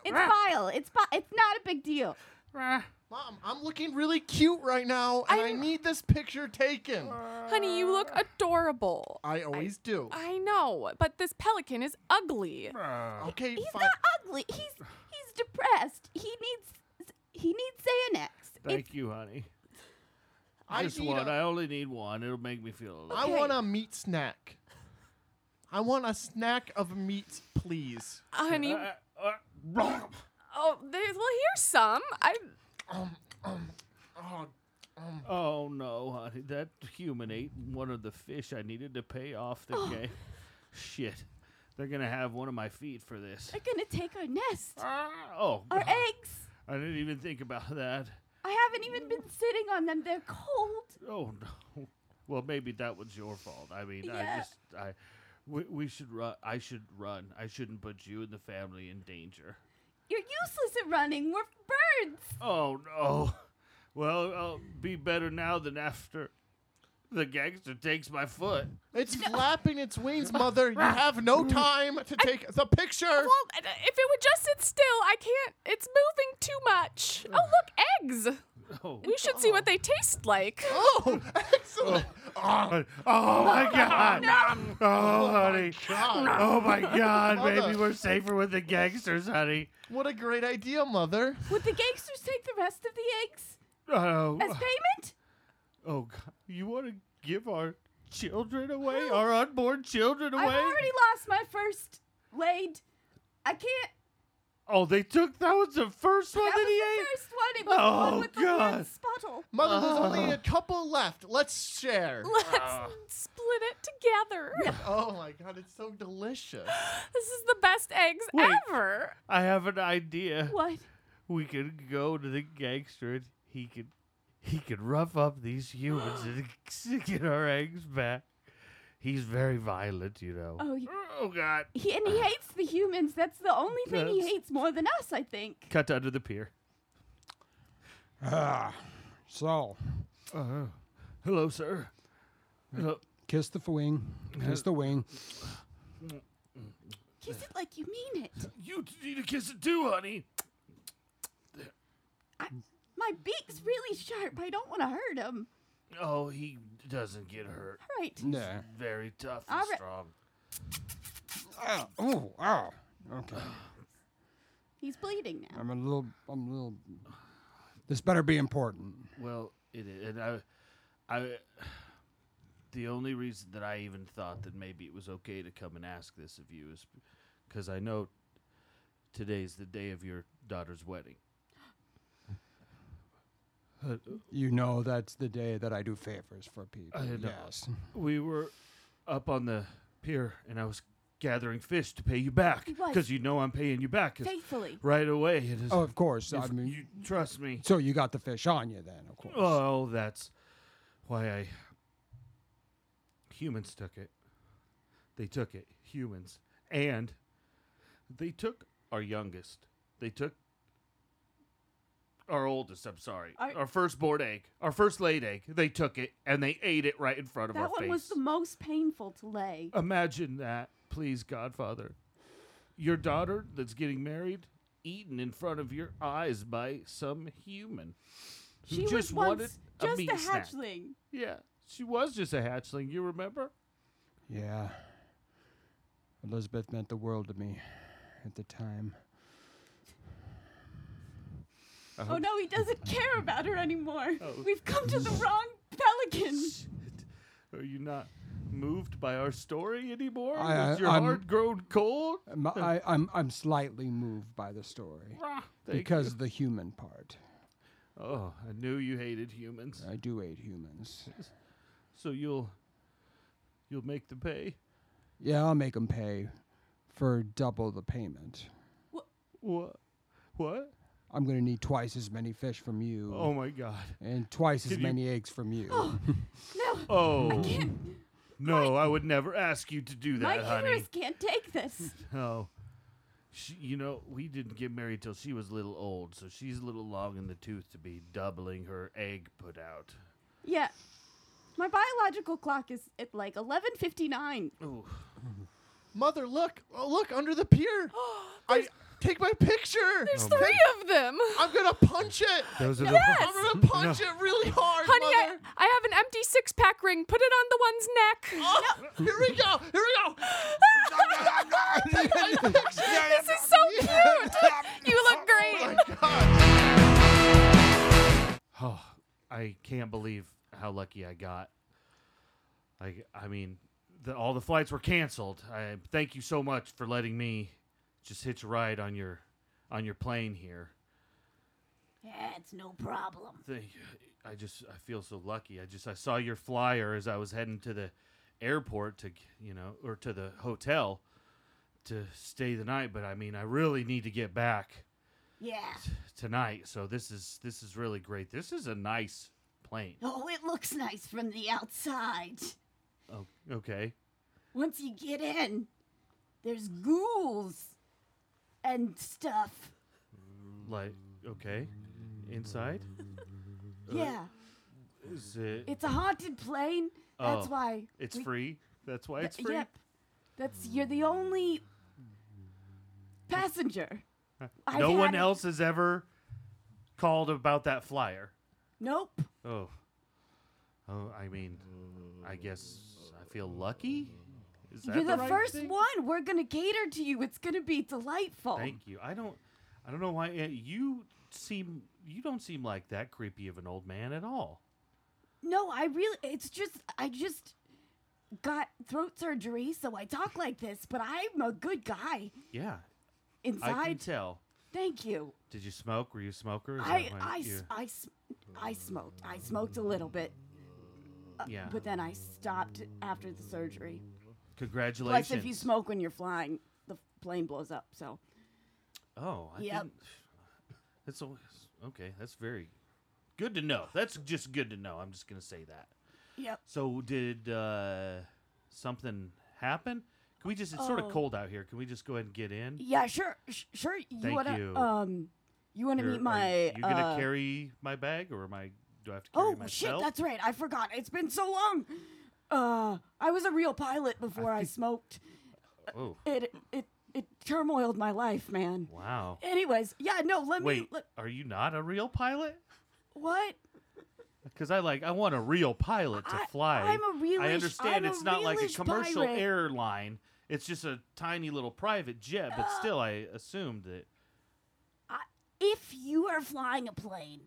C: it's vile. It's vi- It's not a big deal.
D: Mom, I'm looking really cute right now, and i
E: I'm-
D: need this picture taken.
E: honey, you look adorable.
D: I always do.
E: I Uh, know, but this pelican is ugly.
D: okay,
C: He's
D: fine.
C: not ugly. He's he's depressed. He needs he needs Xanax.
A: Thank you, honey.
D: I
A: Just
D: need
A: one.
D: a-
A: I only need one. It'll make me feel
D: I
A: alive.
C: Okay.
D: want a meat snack. I want a snack of meat, please.
E: honey.
A: Uh, uh, blah.
E: Oh, there's well, here's some. I
D: Oh,
A: oh no, honey. That human ate one of the fish I needed to pay off the game. Shit. They're going to have one of my feet for this.
C: They're gonna take our nest,
A: Ah, oh,
C: our
A: God.
C: eggs.
A: I didn't even think about that.
C: I haven't even been sitting on them. They're cold.
A: Oh no. Well, maybe that was your fault. I mean, I
C: Yeah.
A: just I we, we should run. I should run. I shouldn't put you and the family in danger.
C: You're useless at running. We're birds.
A: Oh no. Well, I'll be better now than after the gangster takes my foot.
D: it's flapping its wings, mother. You have no time to take the picture.
E: well, I- if it would just sit still, I can't. It's moving too much. Oh, look, eggs.
A: Oh.
E: We should see what they taste like.
D: Oh, excellent.
A: Oh, oh my god! Oh, honey!
D: God.
A: Oh my god! Maybe
D: Mother.
A: we're safer with the gangsters, honey.
D: What a great idea, mother.
C: Would the gangsters take the rest of the eggs
A: Oh,
C: as payment?
A: oh god! You want to give our children away? Our unborn children away?
C: I've already lost my first laid. I can't.
A: Oh, they took that was the first one
C: That was
A: that
C: the first one. It was the
A: Oh,
C: one with the
A: God.
C: one spottle.
D: Mother, there's only a
E: Uh.
D: couple left. Let's share.
E: Let's split it together.
D: Oh my god, it's so delicious.
E: This is the best eggs
A: Wait.
E: ever.
A: he ate. I have an idea.
C: What?
A: We could go to the gangster. And he could, he could rough up these humans and get our eggs back. He's very violent, you know.
C: Oh, y-
A: Oh God!
C: he, and he hates the humans. That's the only thing he
A: That's-
C: hates more than us, I think.
A: Cut to under the pier.
B: Ah, so,
A: Uh, hello, sir. Hello.
B: kiss the f- wing, kiss the wing.
C: Kiss it like you mean it.
A: You t- need to kiss it too, honey.
C: My beak's really sharp. I don't want to hurt him.
A: Oh, he doesn't get hurt.
C: Right.
B: Yeah.
A: Very tough and
C: All right.
A: strong.
B: Ah, oh, ow. Okay.
C: He's bleeding now.
B: I'm a little. I'm a little. This better be important.
A: Well, it is, and I, I, the only reason that I even thought that maybe it was okay to come and ask this of you is because I know today's the day of your daughter's wedding. Uh,
B: You know that's the day that I do favors for people.
A: I know.
B: yes.
A: we were up on the pier, and I was gathering fish to pay you back
C: He was.
A: because you know I'm paying you back 'cause
C: Faithfully.
A: right away. It is,
B: Oh, of course. I
A: if
B: mean,
A: you trust me.
B: so you got the fish on you then, of course.
A: Oh, that's why I. Humans took it. They took it. Humans. And they took our youngest. They took our oldest, I'm sorry.
C: I-
A: our firstborn egg. Our first laid egg. They took it and they ate it right in front of our
C: That one
A: face. Uh,
C: was the most painful to lay.
A: Imagine that, please, Godfather. Your daughter that's getting married, eaten in front of your eyes by some human. who
C: She was
A: just wanted
C: once
A: a
C: just a,
A: meat snack.
C: hatchling.
A: Yeah, she was just a hatchling. You remember?
B: Yeah. Elizabeth meant the world to me at the time.
A: Uh-huh.
C: Oh no, he doesn't care about her anymore.
A: Oh.
C: We've come to the wrong pelican.
A: Are you not moved by our story anymore?
B: I-
A: Has
B: I-
A: your
B: I'm-
A: heart grown cold?
B: Um, I, I'm, I'm slightly moved by the story
A: Ah, thank you.
B: because of the human part.
A: oh, I knew you hated humans.
B: I do hate humans.
A: So you'll you'll make the pay.
B: Yeah, I'll make them pay for double the payment.
A: What? What?
B: I'm going to need twice as many fish from you
A: Oh my God!
B: and twice as
A: Did you-
B: many eggs from you.
A: Oh no! I would never ask you to do
C: My
A: that, honey.
C: uterus can't take this.
A: Oh. She, you know, we didn't get married till she was a little old, so she's a little long in the tooth to be doubling her egg put out.
C: Yeah. My biological clock is at like 11:59.
A: Ooh.
D: Mother, look. Oh, look under the pier. I take my picture.
E: There's three of them.
D: I'm gonna punch it.
A: Those are the
E: Yes.
D: I'm gonna punch it really hard,
E: Honey, I,
D: mother.
E: I have an empty six pack ring. Put it on the one's neck.
D: Oh, Here we go. Here we go.
E: This is so cute. you look great.
D: My God.
A: Oh, I can't believe how lucky I got. Like, I mean, the, all the flights were canceled. I thank you so much for letting me just hitch a ride on your on your plane here.
C: Yeah, it's no problem.
A: Thank you. I just I feel so lucky. I just I saw your flyer as I was heading to the airport to you know or to the hotel to stay the night, but I mean I really need to get back
C: Yeah.
A: t- tonight. So this is this is really great. This is a nice plane.
C: Oh, it looks nice from the outside.
A: Oh, okay.
C: Once you get in, there's ghouls and stuff.
A: Like okay. Inside?
C: Yeah.
A: Is it
C: It's a haunted plane. That's
A: Oh,
C: why
A: it's
C: we-
A: free. That's why
C: th-
A: it's free.
C: Yep. That's you're the only passenger. I've
A: No one
C: had-
A: else has ever called about that flyer.
C: Nope.
A: Oh. Oh, I mean, I guess I feel lucky. Is that
C: You're
A: the,
C: the,
A: right
C: first
A: thing?
C: one. We're gonna cater to you. It's gonna be delightful.
A: Thank you. I don't. I don't know why uh, you seem. You don't seem like that creepy of an old man at all.
C: No, I really. It's just I just got throat surgery, so I talk like this. But I'm a good guy
A: Yeah, I can
C: inside.
A: tell.
C: Thank you.
A: Did you smoke? Were you a smoker? Is
C: I
A: that why
C: I, s-
A: you-
C: I s- I smoked. I smoked a little bit, Uh,
A: yeah.
C: but then I stopped after the surgery.
A: Congratulations.
C: Plus, if you smoke when you're flying, the plane blows up. So
A: Oh, I
C: Yep.
A: didn't- That's always, okay. That's very good to know. That's just good to know. I'm just gonna say that.
C: Yep.
A: So did uh, something happen? Can we just? It's sort
C: Oh.
A: of cold out here. Can we just go ahead and get in?
C: Yeah, sure, sh- sure. You
A: Thank
C: wanna
A: you.
C: um, you wanna
A: You're-
C: meet
A: are
C: my?
A: You gonna
C: uh,
A: carry my bag, or am I? Do I have to carry
C: Oh
A: myself?
C: shit, that's right. I forgot. It's been so long. Uh, I was a real pilot before I smoked.
A: oh
C: It it it turmoiled my life, man.
A: wow.
C: Anyways, yeah, no. Let me.
A: Wait,
C: Let,
A: are you not a real pilot?
C: what?
A: Because I like I want a real pilot to
C: I-
A: fly.
C: I'm a
A: I
C: realish-
A: understand
C: I'm a
A: it's not like a
C: realish
A: commercial
C: pirate.
A: airline. It's just a tiny little private jet, but still, I assumed that.
C: If you are flying a plane,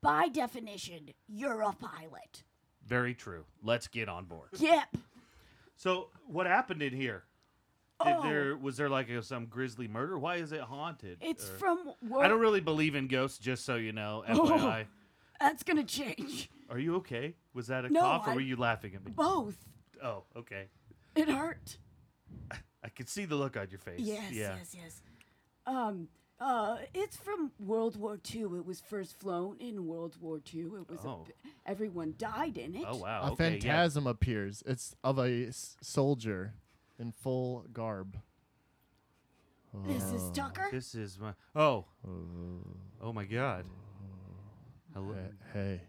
C: by definition, you're a pilot.
A: Very true. Let's get on board.
C: Yep.
A: So, what happened in here? Did
C: Oh.
A: there was there like a, some grisly murder? Why is it haunted?
C: It's Oh.
A: Or-
C: from. World.
A: Uh, I don't really believe in ghosts, just so you know. FYI,
C: That's gonna change.
A: are you okay? Was that a
C: No,
A: cough, or
C: I-
A: were you laughing at me?
C: Both.
A: Oh, okay.
C: It hurt.
A: I could see the look on your face.
C: Yes,
A: yeah.
C: yes, yes. Um, uh, it's from World War II. It was first flown in World War II. It was a
A: Oh.
C: b- everyone died in it.
A: Oh wow.
D: a
A: okay, yeah.
D: phantasm appears. It's of a s- soldier in full garb.
C: This
A: Uh,
C: is Tucker.
A: This is my. Oh. Oh my God. Hello.
D: Hey,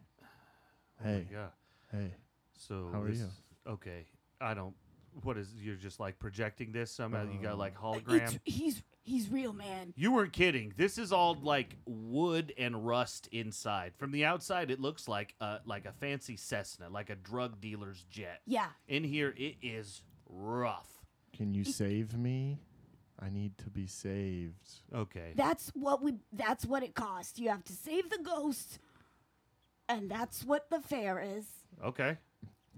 D: hey, hey,
A: Yeah.
D: hey.
A: So.
D: How are
A: this-
D: you?
A: Okay. I don't. What is? You're just like projecting this somehow. you got
D: Uh,
A: like
C: It's,
A: hologram.
C: he's he's real man.
A: You weren't kidding. This is all like wood and rust inside. From the outside, it looks like a like a fancy Cessna, like a drug dealer's jet.
C: Yeah.
A: In here, it is rough.
D: Can you save me? I need to be saved.
A: Okay.
C: That's what we. That's what it costs. You have to save the ghosts, and that's what the fare is.
A: Okay.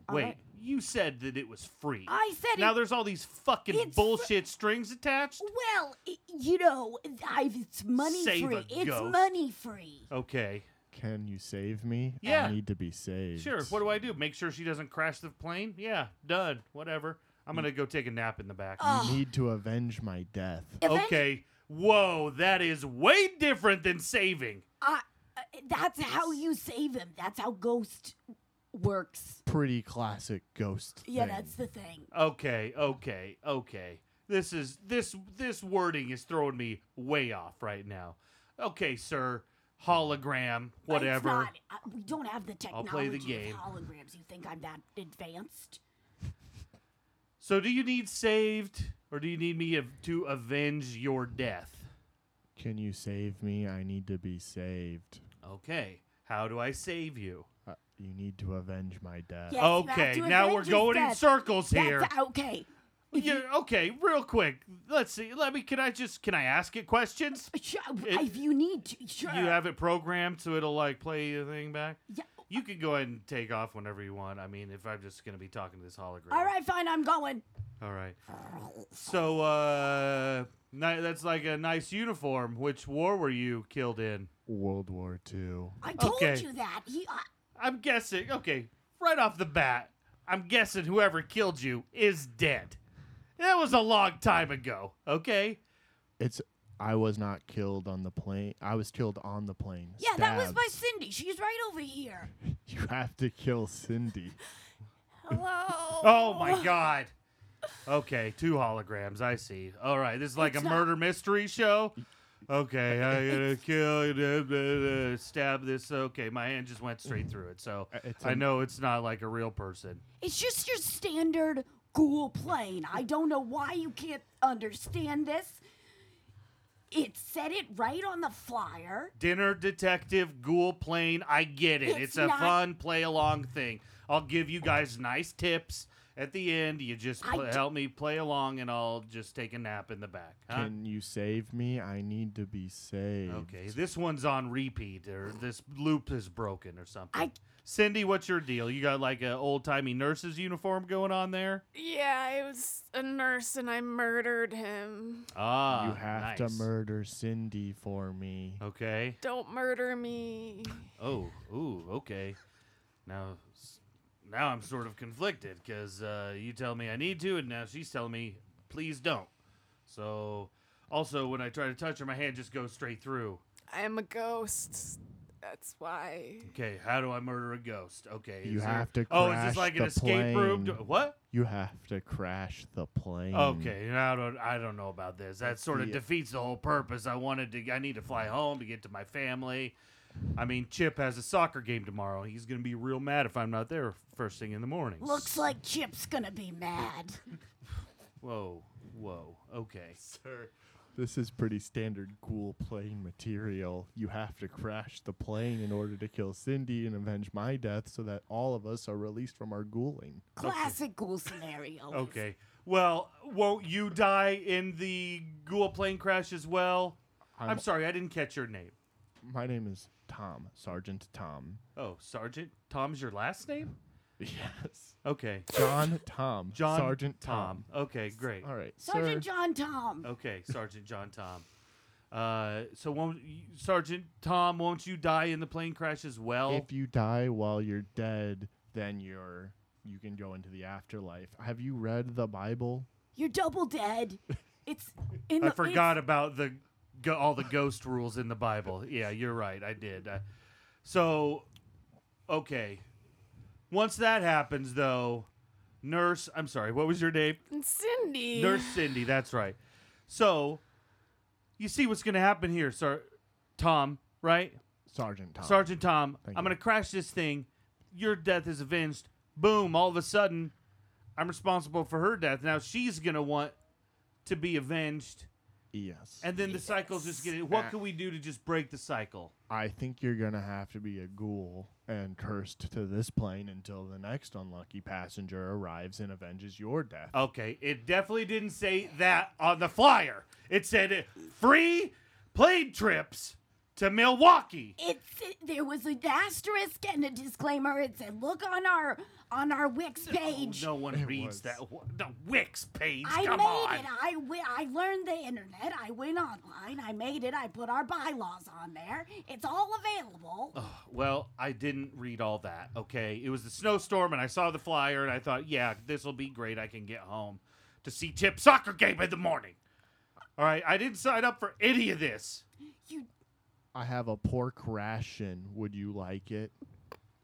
C: All
A: Wait,
C: right.
A: you said that it was free.
C: I said
A: now
C: it.
A: there's all these fucking
C: It's fr-
A: bullshit strings attached.
C: Well, i you know, I've, it's money
A: Save
C: free.
A: a
C: It's
A: ghost.
C: money free.
A: Okay.
D: Can you save me?
A: Yeah.
D: I need to be saved.
A: Sure. What do I do? Make sure she doesn't crash the plane? Yeah. Done. Whatever. I'm going to go take a nap in the back.
C: Oh,
D: You need to avenge my death.
C: If any-
A: Mm-hmm. Okay. Whoa, that is way different than saving.
C: Uh, uh, that's how you save him. That's how ghost works.
D: Pretty classic ghost.
C: Yeah,
D: thing.
C: that's the thing.
A: Okay, okay, okay. This is this this wording is throwing me way off right now. Okay, sir. Hologram,
C: It's
A: whatever.
C: not- uh, we don't have the technology
A: I'll play the game.
C: of holograms. You think I'm that advanced?
A: So do you need saved or do you need me av- to avenge your death?
D: Can you save me? I need to be saved.
A: Okay. How do I save you?
D: Uh, you need to avenge my death.
C: Yes, you have
A: okay,
C: to
A: now we're
C: avenge his
A: going in
C: death.
A: circles here.
C: That's okay. If you-
A: Yeah, okay, real quick. Let's see. Let me. Can I just? Can I ask it questions?
C: Sure,
A: It-
C: if you need to, sure.
A: You have it programmed so it'll like play the thing back.
C: Yeah,
A: you can go ahead and take off whenever you want. I mean, if I'm just gonna be talking to this hologram.
C: All right, fine, I'm going.
A: All right. So uh, ni- that's like a nice uniform. Which war were you killed in?
D: World War II.
C: I told
A: Okay.
C: you that. He, uh,
A: I'm guessing. Okay, right off the bat, I'm guessing whoever killed you is dead. That was a long time ago. Okay.
D: It's. I was not killed on the plane. I was killed on the plane.
C: yeah, that was by
D: Stabbed.
C: Cindy. She's right over here.
D: You have to kill Cindy.
C: Hello.
A: Oh my god. Okay, two holograms. I see. All right, this is like
C: It's
A: a
C: not-
A: murder mystery show. Okay, I'm gonna kill, da, da, da, stab this. Okay, my hand just went straight through it, so
D: Uh, It's
A: I
D: a-
A: know it's not like a real person.
C: It's just your standard ghoul plane. I don't know why you can't understand this. It said it right on the flyer.
A: Dinner detective ghoul plane. I get it. It's,
C: It's
A: a
C: not-
A: fun play along thing. I'll give you guys nice tips at the end. You just
C: I
A: pl-
C: d-
A: help me play along, and I'll just take a nap in the back. Huh?
D: Can you save me? I need to be saved.
A: Okay, this one's on repeat, or this loop is broken, or something.
C: I-
A: Cindy, what's your deal? You got like an old timey nurse's uniform going on there?
E: Yeah, I was a nurse and I murdered him.
A: Ah,
D: You have
A: nice. Oh.
D: to murder Cindy for me.
A: Okay.
E: Don't murder me.
A: Oh, ooh, okay. Now, s- now I'm sort of conflicted because uh, you tell me I need to, and now she's telling me please don't. So, also when I try to touch her, my hand just goes straight through.
E: I am a ghost. That's why.
A: Okay, how do I murder a ghost? Okay,
D: You
A: is there-
D: have to
A: Oh, is
D: crash
A: this like an
D: the
A: escape room? Do-
D: plane.
A: what?
D: You have to crash the plane.
A: Okay, and I don't, I don't know about this. That
D: Mm. Let's
A: sort of
D: see it.
A: defeats the whole purpose. I wanted to, I need to fly home to get to my family. I mean, Chip has a soccer game tomorrow. He's gonna be real mad if I'm not there first thing in the morning.
C: Looks like Chip's gonna be mad.
A: Whoa, whoa, okay.
D: Sir, this is pretty standard ghoul plane material. You have to crash the plane in order to kill Cindy and avenge my death so that all of us are released from our ghouling.
C: Classic ghoul scenario.
A: Okay. Well, won't you die in the ghoul plane crash as well? I'm,
D: I'm-
A: sorry, I didn't catch your name.
D: My name is Tom, Sergeant Tom.
A: Oh, Sergeant Tom's your last name?
D: Yes.
A: Okay.
D: John Tom.
A: John
D: Sergeant Tom.
A: Okay, great.
D: All right.
C: Sergeant
D: sir.
C: John Tom.
A: Okay, Sergeant John Tom. Uh, so won't you, Sergeant Tom? Won't you die in the plane crash as well?
D: if you die while you're dead, then you're you can go into the afterlife. Have you read the Bible?
C: You're double dead. It's in the.
A: I forgot about the go, all the ghost rules in the Bible. Yeah, you're right. I did. Uh, so, okay. Once that happens, though, nurse. I'm sorry. What was your name?
E: And Cindy.
A: Nurse Cindy, that's right. So, you see what's going to happen here, Sir Tom, right?
D: Sergeant Tom.
A: Sergeant Tom,
D: Thank
A: I'm
D: you.
A: going to crash this thing. Your death is avenged. Boom, all of a sudden, I'm responsible for her death. Now she's going to want to be avenged.
D: Yes.
A: And then the cycle's just getting. What can we do to just break the cycle?
D: I think you're gonna have to be a ghoul and cursed to this plane until the next unlucky passenger arrives and avenges your death.
A: Okay, it definitely didn't say that on the flyer. It said uh, free plane trips to Milwaukee.
C: It's there was an asterisk and a disclaimer. It said, "Look on our on our Wix page."
A: Oh, No one reads
D: was.
A: that. Wha- The Wix page.
C: I
A: come
C: made
A: on.
C: it. I, wi- I learned the internet. I went online. I made it. I put our bylaws on there. It's all available.
A: Well, I didn't read all that. Okay, it was the snowstorm, and I saw the flyer, and I thought, yeah, this will be great. I can get home to see Tip soccer game in the morning. All right, I didn't sign up for any of this.
C: You
D: I have a pork ration. Would you like it?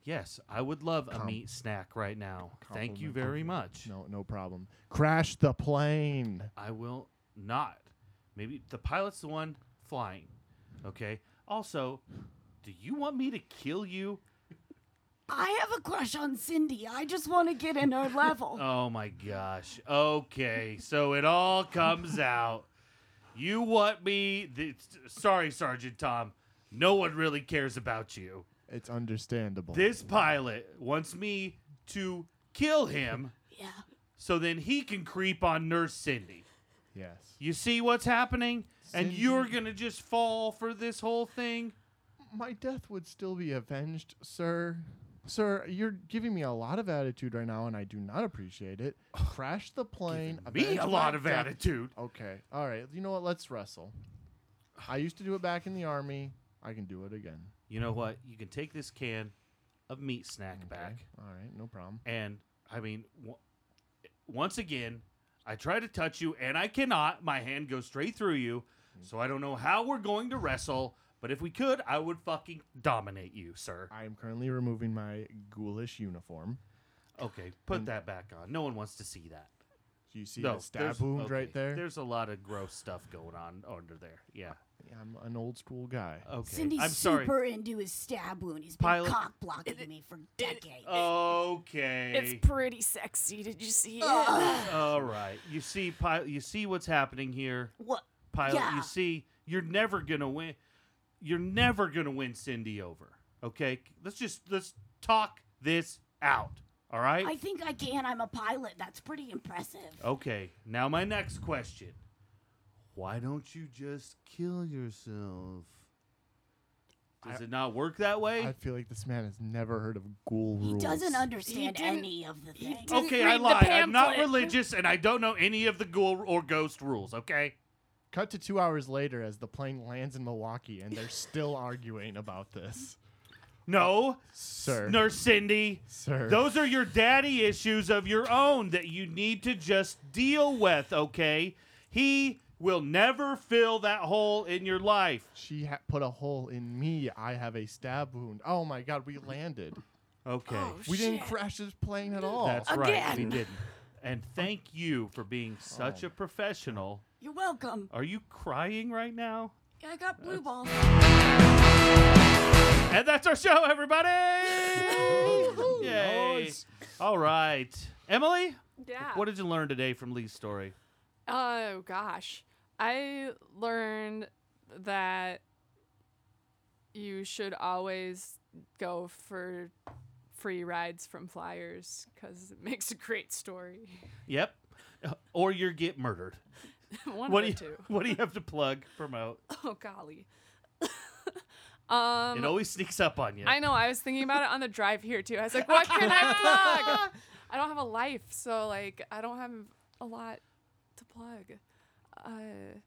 A: Yes, I would love a
D: Com-
A: meat snack right now. Thank you
D: Compliment,
A: very
D: compliment.
A: much.
D: No, no problem. Crash the plane.
A: I will not. Maybe the pilot's the one flying. Okay. Also, do you want me to kill you?
C: I have a crush on Cindy. I just want to get in her level.
A: Oh my gosh. Okay, so it all comes out. You want me? Th- sorry, Sergeant Tom. No one really cares about you.
D: It's understandable.
A: This pilot wants me to kill him
C: yeah.
A: so then he can creep on Nurse Cindy.
D: yes.
A: You see what's happening? And
D: Cindy.
A: you're going to just fall for this whole thing?
D: My death would still be avenged, sir. Sir, you're giving me a lot of attitude right now, and I do not appreciate it. Crash the plane.
A: Me
D: avenge
A: a
D: my
A: lot of
D: death.
A: attitude.
D: Okay. All right. You know what? Let's wrestle. I used to do it back in the army. I can do it again.
A: You know what? You can take this can of meat snack
D: Okay.
A: back,
D: All right. No problem.
A: and I mean, w- once again, I try to touch you, and I cannot. My hand goes straight through you,
D: Mm.
A: so I don't know how we're going to wrestle. But if we could, I would fucking dominate you, sir.
D: I am currently removing my ghoulish uniform.
A: Okay, put that back on. No one wants to see that.
D: Do you see
A: no,
D: the stab
A: there's-
D: wound
A: okay,
D: right there?
A: There's a lot of gross stuff going on under there. Yeah.
D: I'm an old school guy.
A: Okay.
C: Uh, Cindy's
A: I'm sorry.
C: super into his stab wound. He's been
A: Pilot-
C: cock blocking me for decades.
A: uh, Okay.
H: It's pretty sexy. Did you see it?
A: All right. You see, Pi- you see what's happening here,
C: what?
A: pilot.
C: Yeah.
A: You see, you're never gonna win. You're never gonna win Cindy over. Okay. Let's just let's talk this out. All right.
C: I think I can. I'm a pilot. That's pretty impressive.
A: okay. Now my next question. Why don't you just kill yourself? Does it not work that way?
D: I feel like this man has never heard of ghoul rules.
C: He doesn't understand
H: didn't-
C: any of the
H: he
C: things.
H: didn't
A: okay,
H: read
A: I
H: the
A: lied. I'm not
H: pamphlet.
A: religious, and I don't know any of the ghoul or ghost rules. Okay.
D: Cut to two hours later as the plane lands in Milwaukee, and they're still arguing about this.
A: No,
D: Sir.
A: Nurse Cindy.
D: Sir.
A: Those are your daddy issues of your own that you need to just deal with, okay? He will never fill that hole in your life.
D: She ha- put a hole in me. I have a stab wound. Oh my god, we landed.
A: Okay.
D: We didn't crash this plane at all.
A: That's right. We
H: Again.
A: didn't. And thank you for being such a professional.
C: You're welcome.
A: Are you crying right now?
C: I got blue balls.
A: And that's our show, everybody! Yay.
B: Nice.
A: All right. Emily,
E: Yeah.
A: what did you learn today from Lee's story?
E: Oh gosh. I learned that you should always go for free rides from flyers cuz it makes a great story.
A: Yep. Or you get murdered.
E: One
A: What do
E: or
A: you
E: two.
A: What do you have to plug, promote?
E: Oh golly.
A: it always sneaks up on you.
E: I know. I was thinking about it on the drive here too. I was like, what can I plug? I don't have a life, so like I don't have a lot to plug. Uh,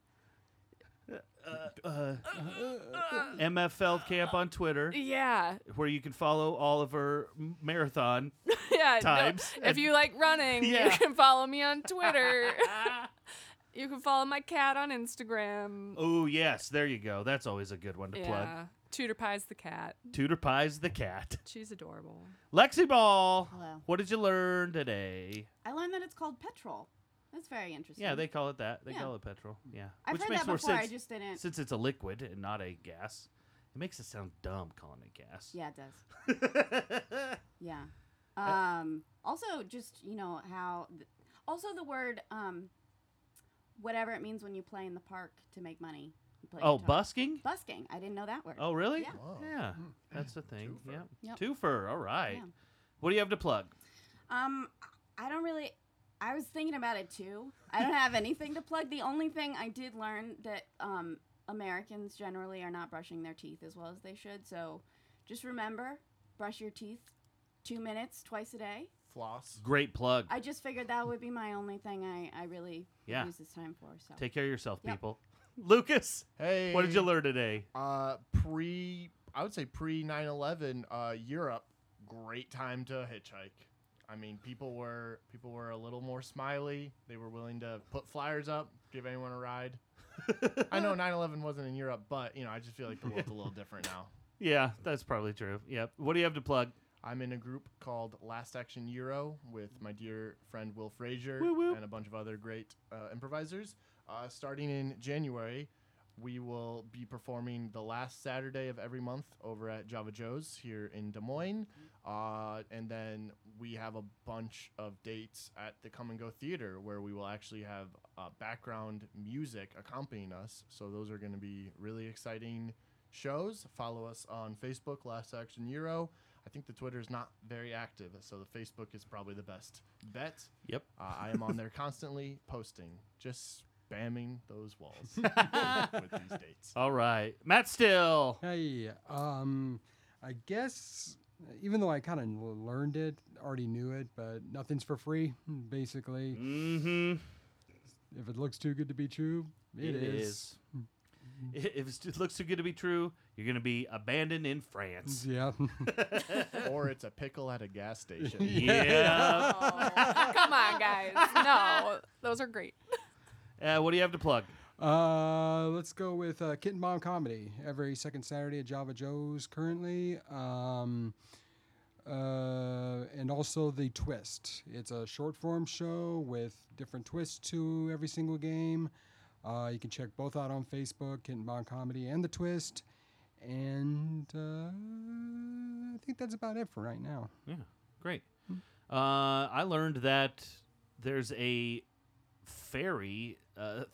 A: MFL Camp on Twitter,
E: yeah,
A: where you can follow all of her m- marathon.
E: yeah. no,
A: Times
E: if you like running, you
A: Yeah.
E: can follow me on Twitter. you can follow my cat on Instagram.
A: Oh yes, there you go. That's always a good one to
E: yeah.
A: plug.
E: Tudor Pie's the cat.
A: Tudor Pies the cat.
E: She's adorable.
A: Lexi Ball,
C: Hello.
A: what did you learn today?
C: I learned that it's called petrol. That's very interesting.
A: Yeah, they call it that. They
C: Yeah.
A: call it petrol. Yeah,
C: I've
A: which
C: heard
A: makes
C: that
A: more
C: before.
A: sense
C: I just didn't.
A: since it's a liquid and not a gas. It makes it sound dumb calling it gas.
C: Yeah, it does. yeah.
A: Uh,
C: Um, also, just you know how. Th- also, the word um, whatever it means when you play in the park to make money. You play
A: Oh,
C: guitar.
A: busking.
C: busking. I didn't know that word.
A: Oh, really?
C: Yeah.
A: Yeah, that's the thing. Yeah,
C: Yep.
A: twofer. All right.
C: Yeah.
A: What do you have to plug?
C: Um, I don't really. I was thinking about it too. I don't have anything to plug. The only thing I did learn that um, Americans generally are not brushing their teeth as well as they should. So, just remember, brush your teeth two minutes twice a day.
D: Floss.
A: Great plug.
C: I just figured that would be my only thing I, I really
A: Yeah.
C: use this time for. So
A: Take care of yourself,
C: Yep.
A: people. Lucas,
D: Hey.
A: what did you learn today?
D: Uh, pre, I would say pre 9 11, uh, Europe, great time to hitchhike. I mean, people were people were a little more smiley. They were willing to put flyers up, give anyone a ride. I know 9/11 wasn't in Europe, but you know, I just feel like the world's a little different now.
A: Yeah, that's probably true. Yep. What do you have to plug?
D: I'm in a group called Last Action Euro with my dear friend Will Frazier
A: Woo woo.
D: and a bunch of other great uh, improvisers. Uh, starting in January, we will be performing the last Saturday of every month over at Java Joe's here in Des Moines. Uh, and then we have a bunch of dates at the Come and Go Theater where we will actually have uh, background music accompanying us. So those are going to be really exciting shows. Follow us on Facebook, Last Action Euro. I think the Twitter is not very active, so the Facebook is probably the best bet.
A: Yep.
D: Uh, I am on there constantly posting, just spamming those walls with these dates.
A: All right. Matt Still.
B: Hey, um, I guess even though I kind of learned it, already knew it, but nothing's for free, basically.
G: Mm-hmm.
B: If it looks too good to be true,
A: it is. I- If it's- it looks too good to be true, you're going to be abandoned in France.
B: Yeah.
D: or it's a pickle at a gas station.
A: Yeah.
E: Oh, come on, guys. No, those are great.
A: uh, what do you have to plug?
B: uh, let's go with uh, Kitten Bomb Comedy every second Saturday at Java Joe's currently. Um, uh, and also The Twist. It's a short form show with different twists to every single game. Uh, you can check both out on Facebook, Kitten Bomb Comedy and The Twist. And uh, I think that's about it for right now.
A: Yeah, great. Uh, I learned that there's a ferry, uh,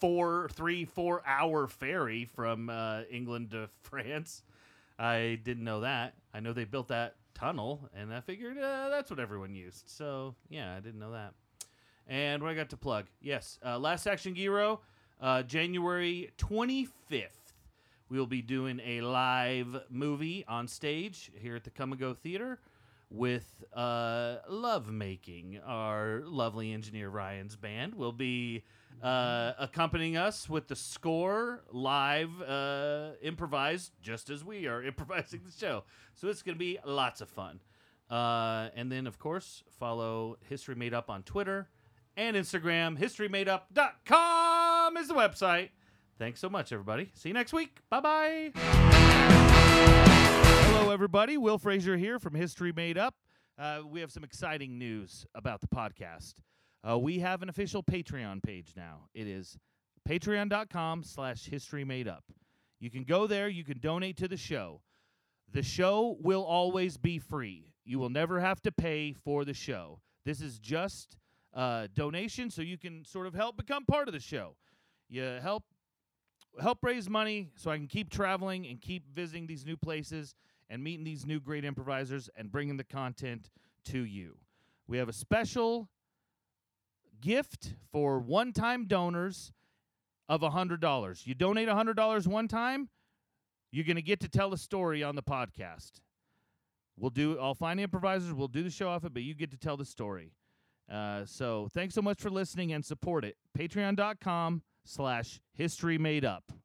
A: four, three, four hour ferry from uh, England to France. I didn't know that. I know they built that tunnel, and I figured uh, that's what everyone used. So yeah, I didn't know that. And what I got to plug? Yes, uh, Last Action Giro, uh, January 25th. We'll be doing a live movie on stage here at the Come and Go Theater with uh, Love Making, our lovely engineer Ryan's band. Will be uh, accompanying us with the score live, uh, improvised, just as we are improvising the show. So it's going to be lots of fun. Uh, and then, of course, follow History Made Up on Twitter and Instagram. HistoryMadeUp.com is the website. Thanks so much, everybody. See you next week. Bye bye. Hello, everybody. Will Frazier here from History Made Up. Uh, we have some exciting news about the podcast. Uh, we have an official Patreon page now. It is patreon.com slash history made up. You can go there. You can donate to the show. The show will always be free. You will never have to pay for the show. This is just uh, donation, so you can sort of help become part of the show. You help help raise money so I can keep traveling and keep visiting these new places and meeting these new great improvisers and bringing the content to you. We have a special gift for one-time donors of $100. You donate $100 one time, you're going to get to tell a story on the podcast. We'll do. I'll find improvisers. We'll do the show off it, but you get to tell the story. Uh, so thanks so much for listening and support it. Patreon.com slash history made up.